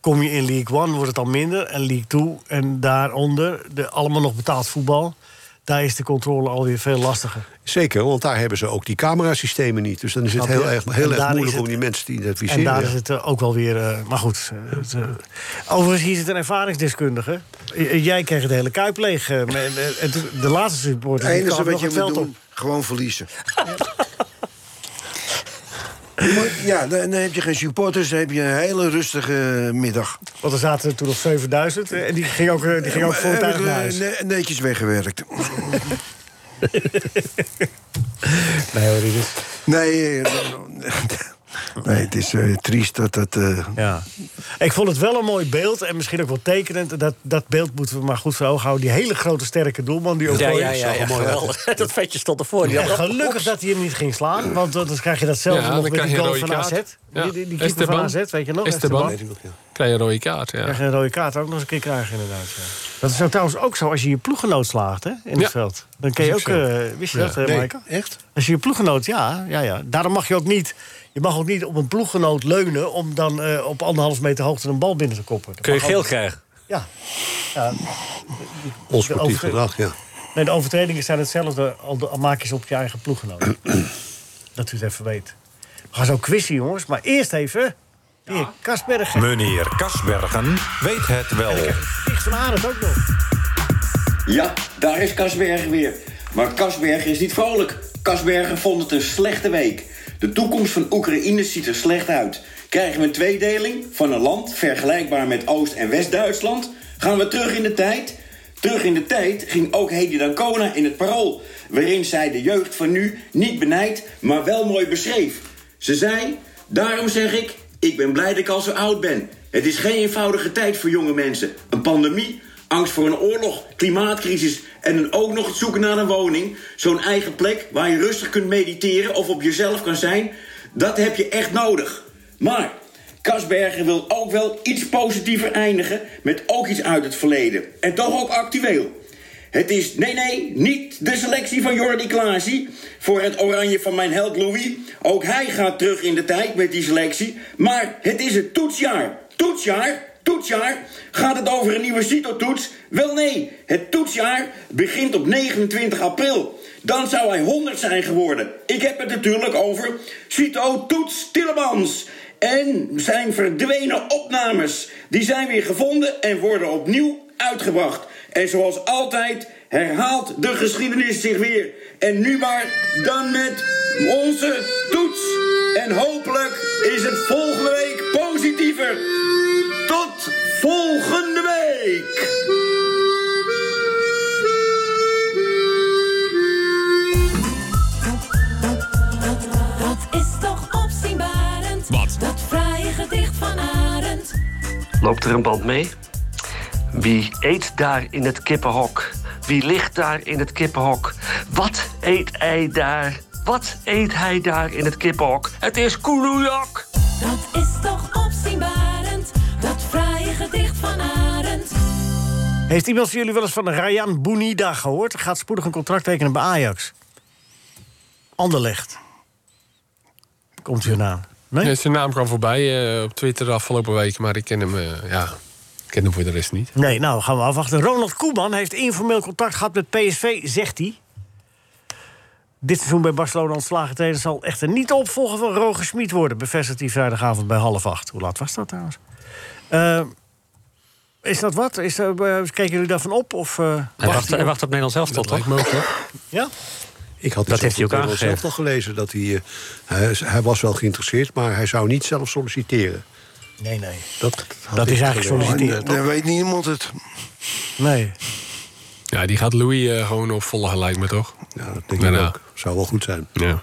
Kom je in League One, wordt het al minder. En League Two en daaronder, de, allemaal nog betaald voetbal. Daar is de controle alweer veel lastiger. Zeker, want daar hebben ze ook die camerasystemen niet. Dus dan is het Snap je? heel erg, En heel daar erg is moeilijk het- om die mensen te identificeren. En daar ja. is het eh, ook wel weer. eh, maar goed. eh, het, eh, overigens, hier zit een ervaringsdeskundige. J- eh, jij kreeg het hele kuip leeg. eh, me- en- en toen- de laatste supporter. Het die enige kwam wat nog je het moet veld doen, op. gewoon verliezen. Je moet- Ja, dan dan heb je geen supporters, dan heb je een hele rustige middag. Want er zaten toen nog 7000. eh, En die ging ook, eh, die ging ook Ja, voortuig hebben naar huis. we, eh, ne- netjes weggewerkt. Nee hoor, dit is... Nee, eh, nee het is eh, triest dat dat... eh, Ja. Ik vond het wel een mooi beeld en misschien ook wel tekenend. Dat, dat beeld moeten we maar goed voor ogen houden. Die hele grote sterke doelman die ook Ja, ooit- ja, ja, ja, geweldig. Dat vetje stond ervoor. Die Ja, had dat- gelukkig dat hij hem niet ging slaan, want dan krijg je datzelfde Ja, nog met dan krijg die je een goal rode van AZ. kaart. Ja. Die, die, die keeper van Esteban. AZ, weet je nog? Esteban. Esteban. Krijg je een rode kaart, ja. Krijg je een rode kaart ook nog eens een keer krijgen, inderdaad. Ja. Dat is nou trouwens ook zo als je je ploeggenoot slaagt hè, in Ja. het veld. Dan kun je Dat ook, is ook zo. eh, wist je Ja. dat, eh, Nee, Maaike? Echt? Als je je ploeggenoot, ja, ja, ja. Daarom mag je ook niet, je mag ook niet op een ploeggenoot leunen... om dan eh, op anderhalf meter hoogte een bal binnen te koppen. Dat Kun je mag geel ook- krijgen. Ja. ja. Onsportief Over- gedrag, ja. Nee, de overtredingen zijn hetzelfde, al, de- al maak je ze op je eigen ploeggenoot. dat u het even weet. We gaan zo quizzen, jongens. Maar eerst even... de Heer Kasbergen. Meneer Kasbergen weet het wel. Dicht van Arend ook nog. Ja, daar is Kasbergen weer. Maar Kasbergen is niet vrolijk. Kasbergen vond het een slechte week. De toekomst van Oekraïne ziet er slecht uit. Krijgen we een tweedeling van een land vergelijkbaar met Oost- en West-Duitsland? Gaan we terug in de tijd? Terug in de tijd ging ook Hedy Dancona in het parool... waarin zij de jeugd van nu niet benijd, maar wel mooi beschreef. Ze zei, daarom zeg ik, ik ben blij dat ik al zo oud ben. Het is geen eenvoudige tijd voor jonge mensen. Een pandemie, Angst voor een oorlog, klimaatcrisis en dan ook nog het zoeken naar een woning. Zo'n eigen plek waar je rustig kunt mediteren of op jezelf kan zijn. Dat heb je echt nodig. Maar Kasberger wil ook wel iets positiever eindigen met ook iets uit het verleden. En toch ook actueel. Het is, nee, nee, niet de selectie van Jordi Klaasie voor het oranje van mijn held Louis. Ook hij gaat terug in de tijd met die selectie. Maar het is het toetsjaar. Toetsjaar, toetsjaar. Gaat het over een nieuwe CITO-toets? Wel nee, het toetsjaar begint op 29 april. Dan zou hij 100 zijn geworden. Ik heb het natuurlijk over CITO Toets Tillemans. En zijn verdwenen opnames. Die zijn weer gevonden en worden opnieuw uitgebracht. En zoals altijd herhaalt de geschiedenis zich weer. En nu maar dan met onze toets. En hopelijk is het volgende week positiever. Tot volgende week! Dat is toch opzienbarend. Wat? Dat fraaie gedicht van Arend. Loopt er een band mee? Wie eet daar in het kippenhok? Wie ligt daar in het kippenhok? Wat eet hij daar? Wat eet hij daar in het kippenhok? Het is koeloejak! Dat is toch opzienbarend. Dat fraaie gedicht van Arend. Heeft iemand van jullie wel eens van Rayan Bounida gehoord? Gaat spoedig een contract tekenen bij Ajax. Anderlecht. Komt u aan. Nee? Ja, zijn naam kwam voorbij eh, op Twitter de afgelopen week, maar ik ken hem, eh, ja, ik ken hem voor de rest niet. Nee, nou, gaan we afwachten. Ronald Koeman heeft informeel contact gehad met PSV, zegt hij. Dit seizoen bij Barcelona ontslagen trainer zal echter niet de opvolger van Roger Smit worden... bevestigt hij vrijdagavond bij half acht. Hoe laat was dat trouwens? Eh, is dat wat? Is, er- eh, keken jullie daarvan op? Of, eh, Hij wacht wacht, hij hij op? wacht op Nederland zelf tot, toch? Ja? Ik had Dat dus heeft hij ook op het aangegeven. zelf al gelezen. Dat hij, eh, hij, hij was wel geïnteresseerd, maar hij zou niet zelf solliciteren. Nee, nee. Dat, had Dat ik is eigenlijk gelezen. solliciteren, En, eh, weet niemand het. Nee. Ja, die gaat Louis eh, gewoon op volle gelijk me, toch? Ja, dat denk ik ook. Zou wel goed zijn. Ja.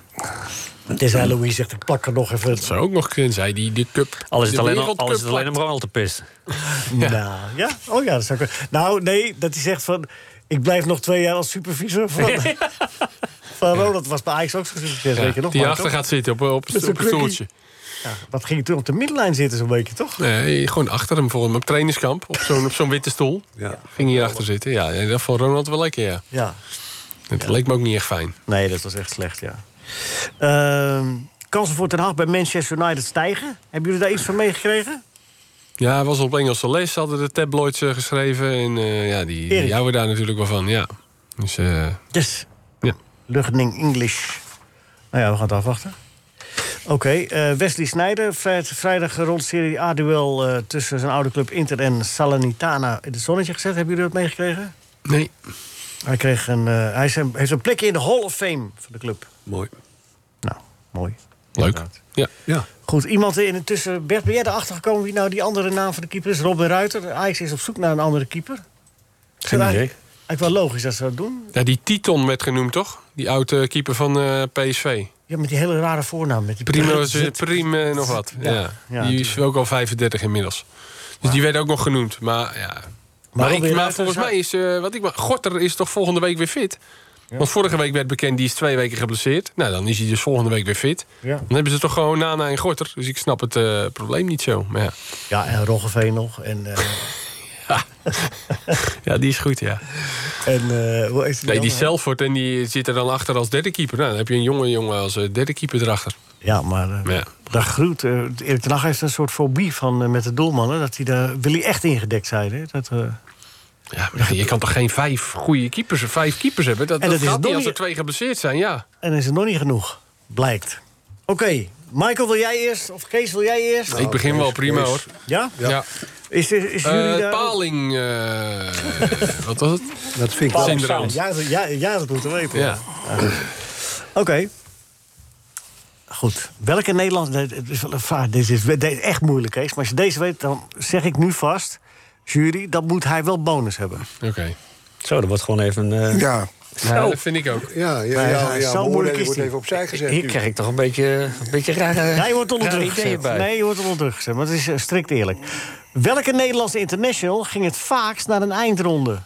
Tenzij Louis zegt, ik plak er nog even... Dat zou ook nog kunnen zijn, die, die cup. Al is het de alleen- al wereldcup is het alleen plakt. om Ronald te pissen. Nou, ja? Oh ja, dat zou kunnen. Nou, nee, dat hij zegt van... ik blijf nog twee jaar als supervisor van... van Ronald was bij Ajax ook zo succes, Ja, weet je nog. die Marco? achter gaat zitten op, op, Met op, zo'n een stoeltje. krukkie. Ja, wat ging toen op de middenlijn zitten zo'n beetje, toch? Nee, gewoon achter hem voor hem op trainingskamp. Op zo'n op zo'n witte stoel. Ja. Ging hier achter zitten. Ja, en dat vond Ronald wel lekker, ja. Ja. Het leek me ook niet echt fijn. Nee, dat was echt slecht, ja. Ehm, kansen voor Ten Hag bij Manchester United stijgen. Hebben jullie daar iets van meegekregen? Ja, hij was op Engelse les, hadden de tabloids eh, geschreven. En eh, ja, die, die Erik. houden daar natuurlijk wel van, ja. Dus, eh, Yes. Ja. Luchtning English. Nou ja, we gaan het afwachten. Oké, eh, Wesley Sneijder. vrij- Vrijdag rond Serie A-duel eh, tussen zijn oude club Inter en Salernitana in het zonnetje gezet. Hebben jullie dat meegekregen? Nee. Hij, kreeg een, eh, hij is een- heeft een plekje in de Hall of Fame van de club. Mooi. Nou, mooi. Leuk. Ja. ja. Goed, iemand in intussen. Bert, ben jij erachter gekomen wie nou die andere naam van de keeper is? Robin Ruiter. Ajax is op zoek naar een andere keeper. Is dat idee. Eigenlijk, eigenlijk wel logisch dat ze dat doen. Ja, die Titon werd genoemd, toch? Die oude keeper van eh, PSV. Ja, met die hele rare voornaam. Met die Primo, Zit- eh, Prime eh, nog wat. Ja, Ja, ja, die is ook al 35 inmiddels. Dus die werd ook nog genoemd. Maar, ja. maar, ik- Robin maar Ruiter volgens is- mij is... eh, wat ik, maar Gorter is toch volgende week weer fit? Want vorige week werd bekend, die is twee weken geblesseerd. Nou, dan is hij dus volgende week weer fit. Ja. Dan hebben ze toch gewoon Nana en Gorter. Dus ik snap het eh, probleem niet zo. Maar ja. Ja, en Roggeveen nog. En, eh, Ja, die is goed, ja. En eh, hoe heet die Nee, die andere? Selford en die zit er dan achter als derde keeper. Nou, dan heb je een jonge jongen als eh, derde keeper erachter. Ja, maar eh, daar groeit. eh, Erik ten Hag heeft een soort fobie van eh, met de doelmannen. Dat hij daar wil hij echt ingedekt zijn. Hè? Dat, eh, Ja, maar je kan toch geen vijf goede keepers, vijf keepers hebben? Dat, En dat, dat is gaat nog niet als er niet- twee geblesseerd zijn, ja. en is het nog niet genoeg, blijkt. Oké, Michael, wil jij eerst? Of Kees, wil jij Nou, eerst? ik begin wel prima, hoor. Ja? Ja. Is, is, is jullie Eh, daar- Paling... eh, wat was het? Dat Paling Syndroom. Sound. Ja, dat- ja, ja, dat moeten we weten. Ja. Oké. Goed. Welke Nederlandse... nee, het is wel een vraag. Dit is, dit is echt moeilijk, Kees. Maar als je deze weet, dan zeg ik nu vast... jury, dat moet hij wel bonus hebben. Oké. Zo, dat wordt gewoon even... eh, Ja. Ja, Zo. dat vind ik ook. Ja, ja, Maar ja, hij ja, is zo beoordeling moeilijk is wordt die. even opzij gezet. Hier nu. krijg ik toch een beetje, een beetje rare, Nee, je wordt onder rare druk ideeën gezet. bij. Nee, je wordt onder druk gezet. Maar het is eh, strikt eerlijk. Welke Nederlandse international ging het vaakst naar een eindronde?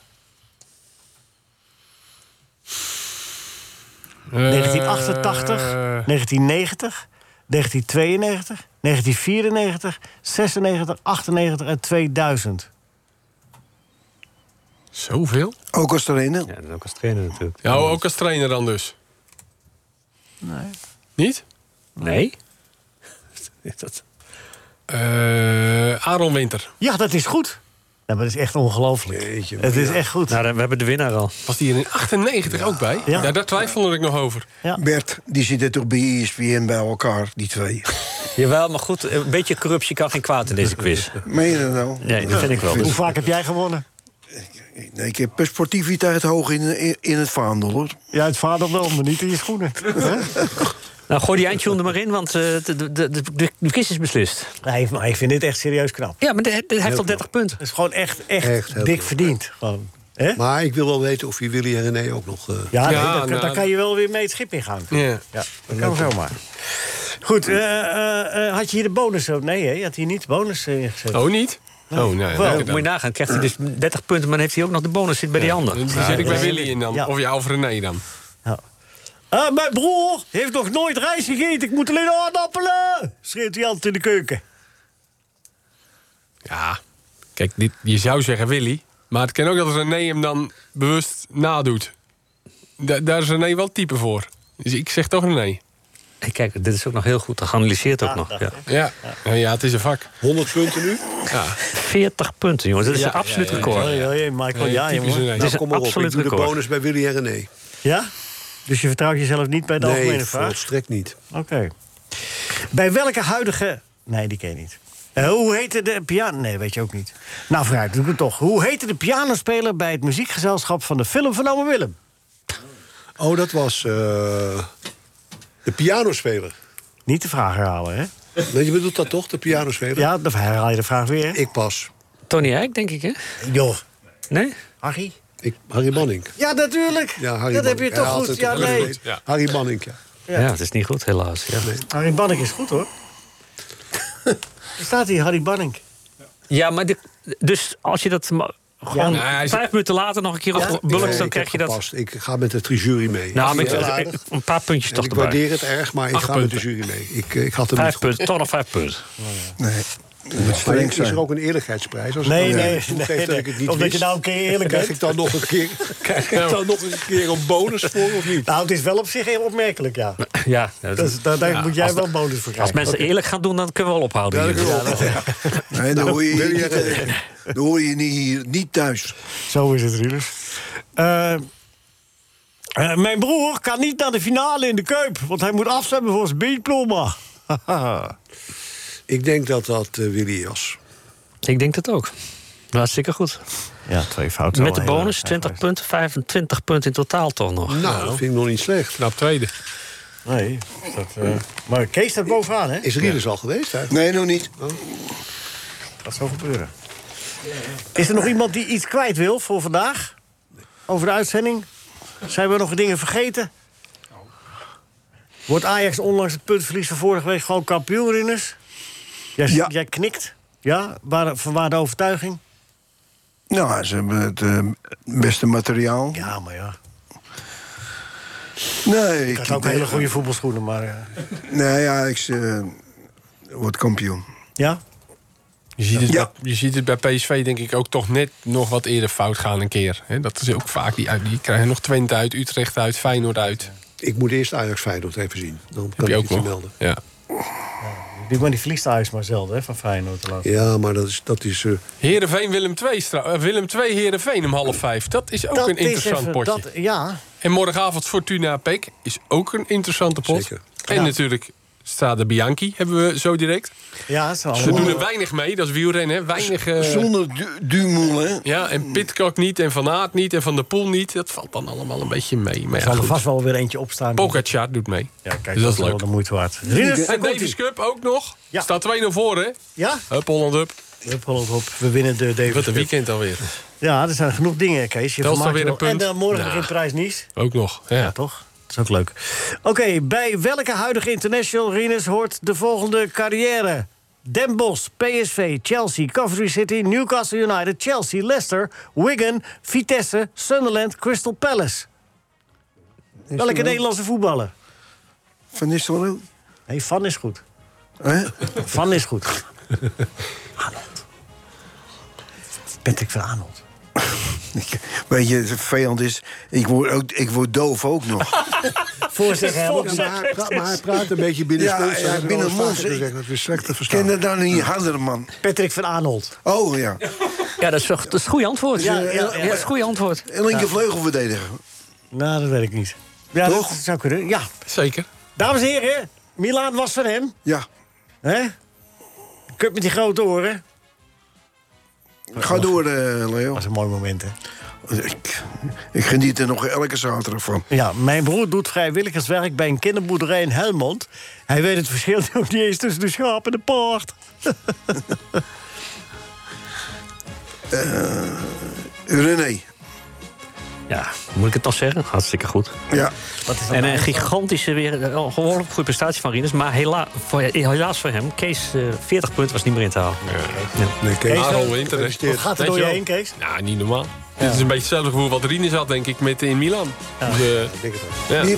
Eh, 1988, 1990, 1992, 1994, 96, 98 en 2000. Zoveel? Ook als trainer? Ja, ook als trainer natuurlijk. Ja, ook als trainer dan dus. Nee. Niet? Nee. dat... eh Aaron Winter. Ja, dat is goed. Ja, maar dat is echt ongelooflijk. Het is echt goed. Nou, dan- we hebben de winnaar al. Was die er in 98 ook bij? Ja. daar twijfelde ik nog over. Bert, die zitten toch bij E ESPN bij elkaar, die twee. Jawel, maar goed, een beetje corruptie kan geen kwaad in deze quiz. Meen je dat nou? Nee, dat vind ik wel. Hoe Dus. vaak heb jij gewonnen? Nee, ik heb sportiviteit hoog in, in, in het vaandel, hoor. Ja, het vader wel, maar niet in je schoenen. Nou, gooi die eindtune er maar in, want eh, de, de, de, de, de quiz is beslist. Nee, maar ik vind dit echt serieus knap. Ja, maar de- de- hij heeft al knap. 30 punten. Het is gewoon echt, echt, Echt heel dik knap. verdiend. Gewoon. Hè? Maar ik wil wel weten of je Willy en René ook nog... eh, Ja, nee, Ja, daar, kan- nou, daar kan je wel weer mee het schip in gaan. Ja. Ja, dat kan zomaar. Goed, eh, eh, eh, had je hier de bonus? ook? Nee, hè? je had hier niet de bonus eh, ingezet. Oh, niet? Oh, Wel, nee. lekker Moet dan. je nagaan, krijgt hij dus 30 punten, maar dan heeft hij ook nog de bonus zit bij die ander. Die zet ik bij nee. Willy in dan. Ja. Of ja, of René dan. Ah, mijn broer heeft nog nooit rijst gegeten. Ik moet alleen aardappelen! Schreeuwt hij altijd in de keuken. Ja. Kijk, dit, je zou zeggen Willy. Maar het kan ook dat René hem dan bewust nadoet. Da- daar is René wel type voor. Dus ik zeg toch René. Hey, kijk, dit is ook nog heel goed geanalyseerd ook nog. Ja. Ja. Ja, ja, het is een vak. 100 punten nu? Ja. 40 punten, jongens. Dat is Ja, een absoluut ja, ja, record. Oh, ja, ja, Michael, Nee, ja, typisch jongen. Nou, René. Dit is kom een maar op, ik absoluut doe de record. bonus bij Willy en René. Ja? Dus je vertrouwt jezelf niet bij de Nee, algemene vraag? volstrekt niet. Oké. Bij welke huidige... Nee, die ken je niet. Eh, hoe heette de piano... Nee, weet je ook niet. Nou, vooruit, doe ik het toch. Hoe heette de pianospeler bij het muziekgezelschap van de film van Ome Willem? Oh, dat was eh, de pianospeler. Niet de vraag herhalen, hè? Nee, je bedoelt dat toch, de pianospeler? Ja, dan herhaal je de vraag weer. hè? Ik pas. Tony Eijk, denk ik, hè? Joh, Nee? Harry? Ik, Harry Manning. Ja, natuurlijk. Ja, Harry dat heb je Banning. toch Hij had goed. het Ja, toch nee. goed. Harry Manning, ja. Ja. het is niet goed, helaas. Ja, Harry Banning is goed, hoor. Er staat hier, Harry Banning. ja maar de- dus als je dat ma- gewoon Ja, nee, hij is- vijf minuten later nog een keer op bulkt, Nee, dan ik krijg je heb dat... gepast. Ik ga met de jury mee. Nou, Ik met, vind het aardig. een paar puntjes En toch ik erbij. waardeer het erg, maar ik Acht ga punten. met de jury mee. Ik, eh, ik had hem Vijf niet goed. punten, toch nog vijf punten. Nee, dat moet Maar streng is er zijn. ook een eerlijkheidsprijs? Als Nee, ik dan eh, nee, toegeef nee, dat nee. ik het niet Omdat je wist, nou een keer eerlijk dan krijg bent. ik dan nog een keer, krijg ik dan nog een keer een bonus voor of niet? Nou, het is wel op zich heel opmerkelijk, ja. Ja, Dat is- daar daar ja, moet jij als de- wel bonus voor Als krijgen. mensen eerlijk gaan doen, dan kunnen we wel ophouden. hier. Nee, dan hoor je Willy hier en niet, eh, dan hoor je niet hier, niet thuis. Zo is het, Rielers. Eh, eh, mijn broer kan niet naar de finale in de Kuip... want hij moet afstemmen voor zijn beenploma. Ik denk dat dat eh, Willy was. Ik denk dat ook. Hartstikke goed. ja, twee fouten. Met de bonus 20 punten, 25 punten in totaal toch nog. Nou, dat vind ik nog niet slecht. Knap tweede. Nee, dat, eh, maar Kees staat bovenaan, hè? Is Rieders al geweest Oh. eigenlijk? Nee, nog niet. Dat zou gebeuren. Is er nog iemand die iets kwijt wil voor vandaag? Over de uitzending? Zijn we nog dingen vergeten? Wordt Ajax ondanks het puntverlies van vorige week gewoon kampioen, Rinus? Jij, Ja. jij knikt. Ja? Waar, van waar de overtuiging? Nou, ze hebben het eh, beste materiaal. Ja, maar ja. Nee, Ik had ook hele goede voetbalschoenen, maar... eh, Nee, ja, ik eh, word kampioen. ja? Je ziet, het bij, je ziet het bij PSV denk ik ook toch net nog wat eerder fout gaan een keer. Hè, dat is ook vaak, die, uit- die krijgen nog Twente uit, Utrecht uit, Feyenoord uit. Ik moet eerst Ajax Feyenoord even zien. Dan Heb kan je ik ook iets nog. melden. Ja. Die man die verliest Ajax maar zelden, hè, van Feyenoord. de laatste. Ja, maar dat is... Dat is eh, Heerenveen, Willem 2, Willem 2, Heerenveen om half vijf. Dat is ook Dat een is interessant even- potje. dat- ja. En morgenavond Fortuna Peek is ook een interessante pot. En Ja. natuurlijk Strade Bianchi hebben we zo direct. Ja, dat zijn Ze allemaal- doen er weinig mee, dat is wielrennen. hè. Weinig... eh, Zonder Dumoulin. Ja, en Pitcock niet, en Van Aert niet, en Van der Poel niet. Dat valt dan allemaal een beetje mee. Maar Er ja, zal er goed. vast wel weer eentje opstaan. Pogacar doet mee. Ja, kijk, dus dat is wel leuk. de moeite waard. Rinus, Rinus, en Davis Cup ook nog. Staat 2-0 voor, hè? Ja. Hup, Holland, hup. Hup, Holland, hup. We winnen de Davis Wat een Cup. weekend alweer. Ja, er zijn genoeg dingen, Kees. Je Telstar vermaakt je weer een wel. punt. En dan morgen Nou. in Parijs-Nice. Ook nog, ja. toch? Dat is ook leuk. Oké, bij welke huidige international Rinus hoort de volgende carrière? Den Bosch, PSV, Chelsea, Coventry City, Newcastle United, Chelsea, Leicester, Wigan, Vitesse, Sunderland, Crystal Palace. Welke wel- Nederlandse voetballer? Van Nistelrooy? Nee, Van is goed. Hè? Van is goed. Arnold. Patrick van Arnold. Weet je, de vijand is... Ik word, ook, ik word doof ook nog. Voorzitter, help maar, hij praat, maar hij praat een beetje binnen Ja, spons, ja, dat is wel binnen eens mond, vaker ik- gezegd, Dat is slecht te verstaan. Ken dat dan niet harder, man? Patrick van Arnold. Oh, ja. Ja, dat is, toch- dat is het goede antwoord. Ja, ja, ja. dat is het goede antwoord. En linker vleugelverdediger. Nou, dat weet ik niet. Ja, Toch? dat zou kunnen. Ja. Zeker. Dames en heren, Milaan was van hem. Ja. Hè? Kut met die grote oren. Ga door, eh, Leo. Dat was een mooi moment, hè? Ik, ik geniet er nog elke zaterdag van. Ja, mijn broer doet vrijwilligerswerk bij een kinderboerderij in Helmond. Hij weet het verschil nog niet eens tussen de schaap en de paard. René. Ja, moet ik het toch zeggen? Hartstikke goed. Ja. En een gigantische, weer, een ongelooflijk goede prestatie van Rinus. Maar hela, voor, helaas voor hem, Kees, eh, 40 punten was niet meer in te halen. Nee, Kees, Kees, Aaron eh, Winter. hè. gefeliciteerd. Wat gaat er Weet door je wel? heen, Kees? Nou, niet normaal. Dit is een beetje hetzelfde gevoel wat Rinus had, denk ik, met in Milan. Dus, eh, ja. Die-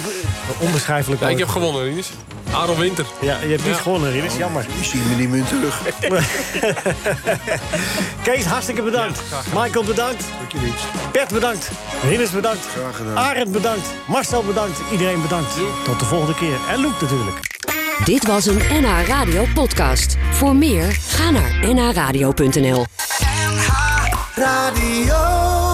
Onbeschrijfelijk. Ja, ik heb leuk. gewonnen, Rinus. Aaron Winter. Ja, je hebt niet gewonnen, Rinus. Jammer. Die zien we niet meer terug. Kees, hartstikke bedankt. Michael, bedankt. Bert, bedankt. Rinus, bedankt. Graag gedaan. Arend, bedankt. Marcel, bedankt. Iedereen, bedankt. Tot de volgende keer. En Loek natuurlijk. Dit was een NH Radio podcast. Voor meer, ga naar nhradio.nl. Radio.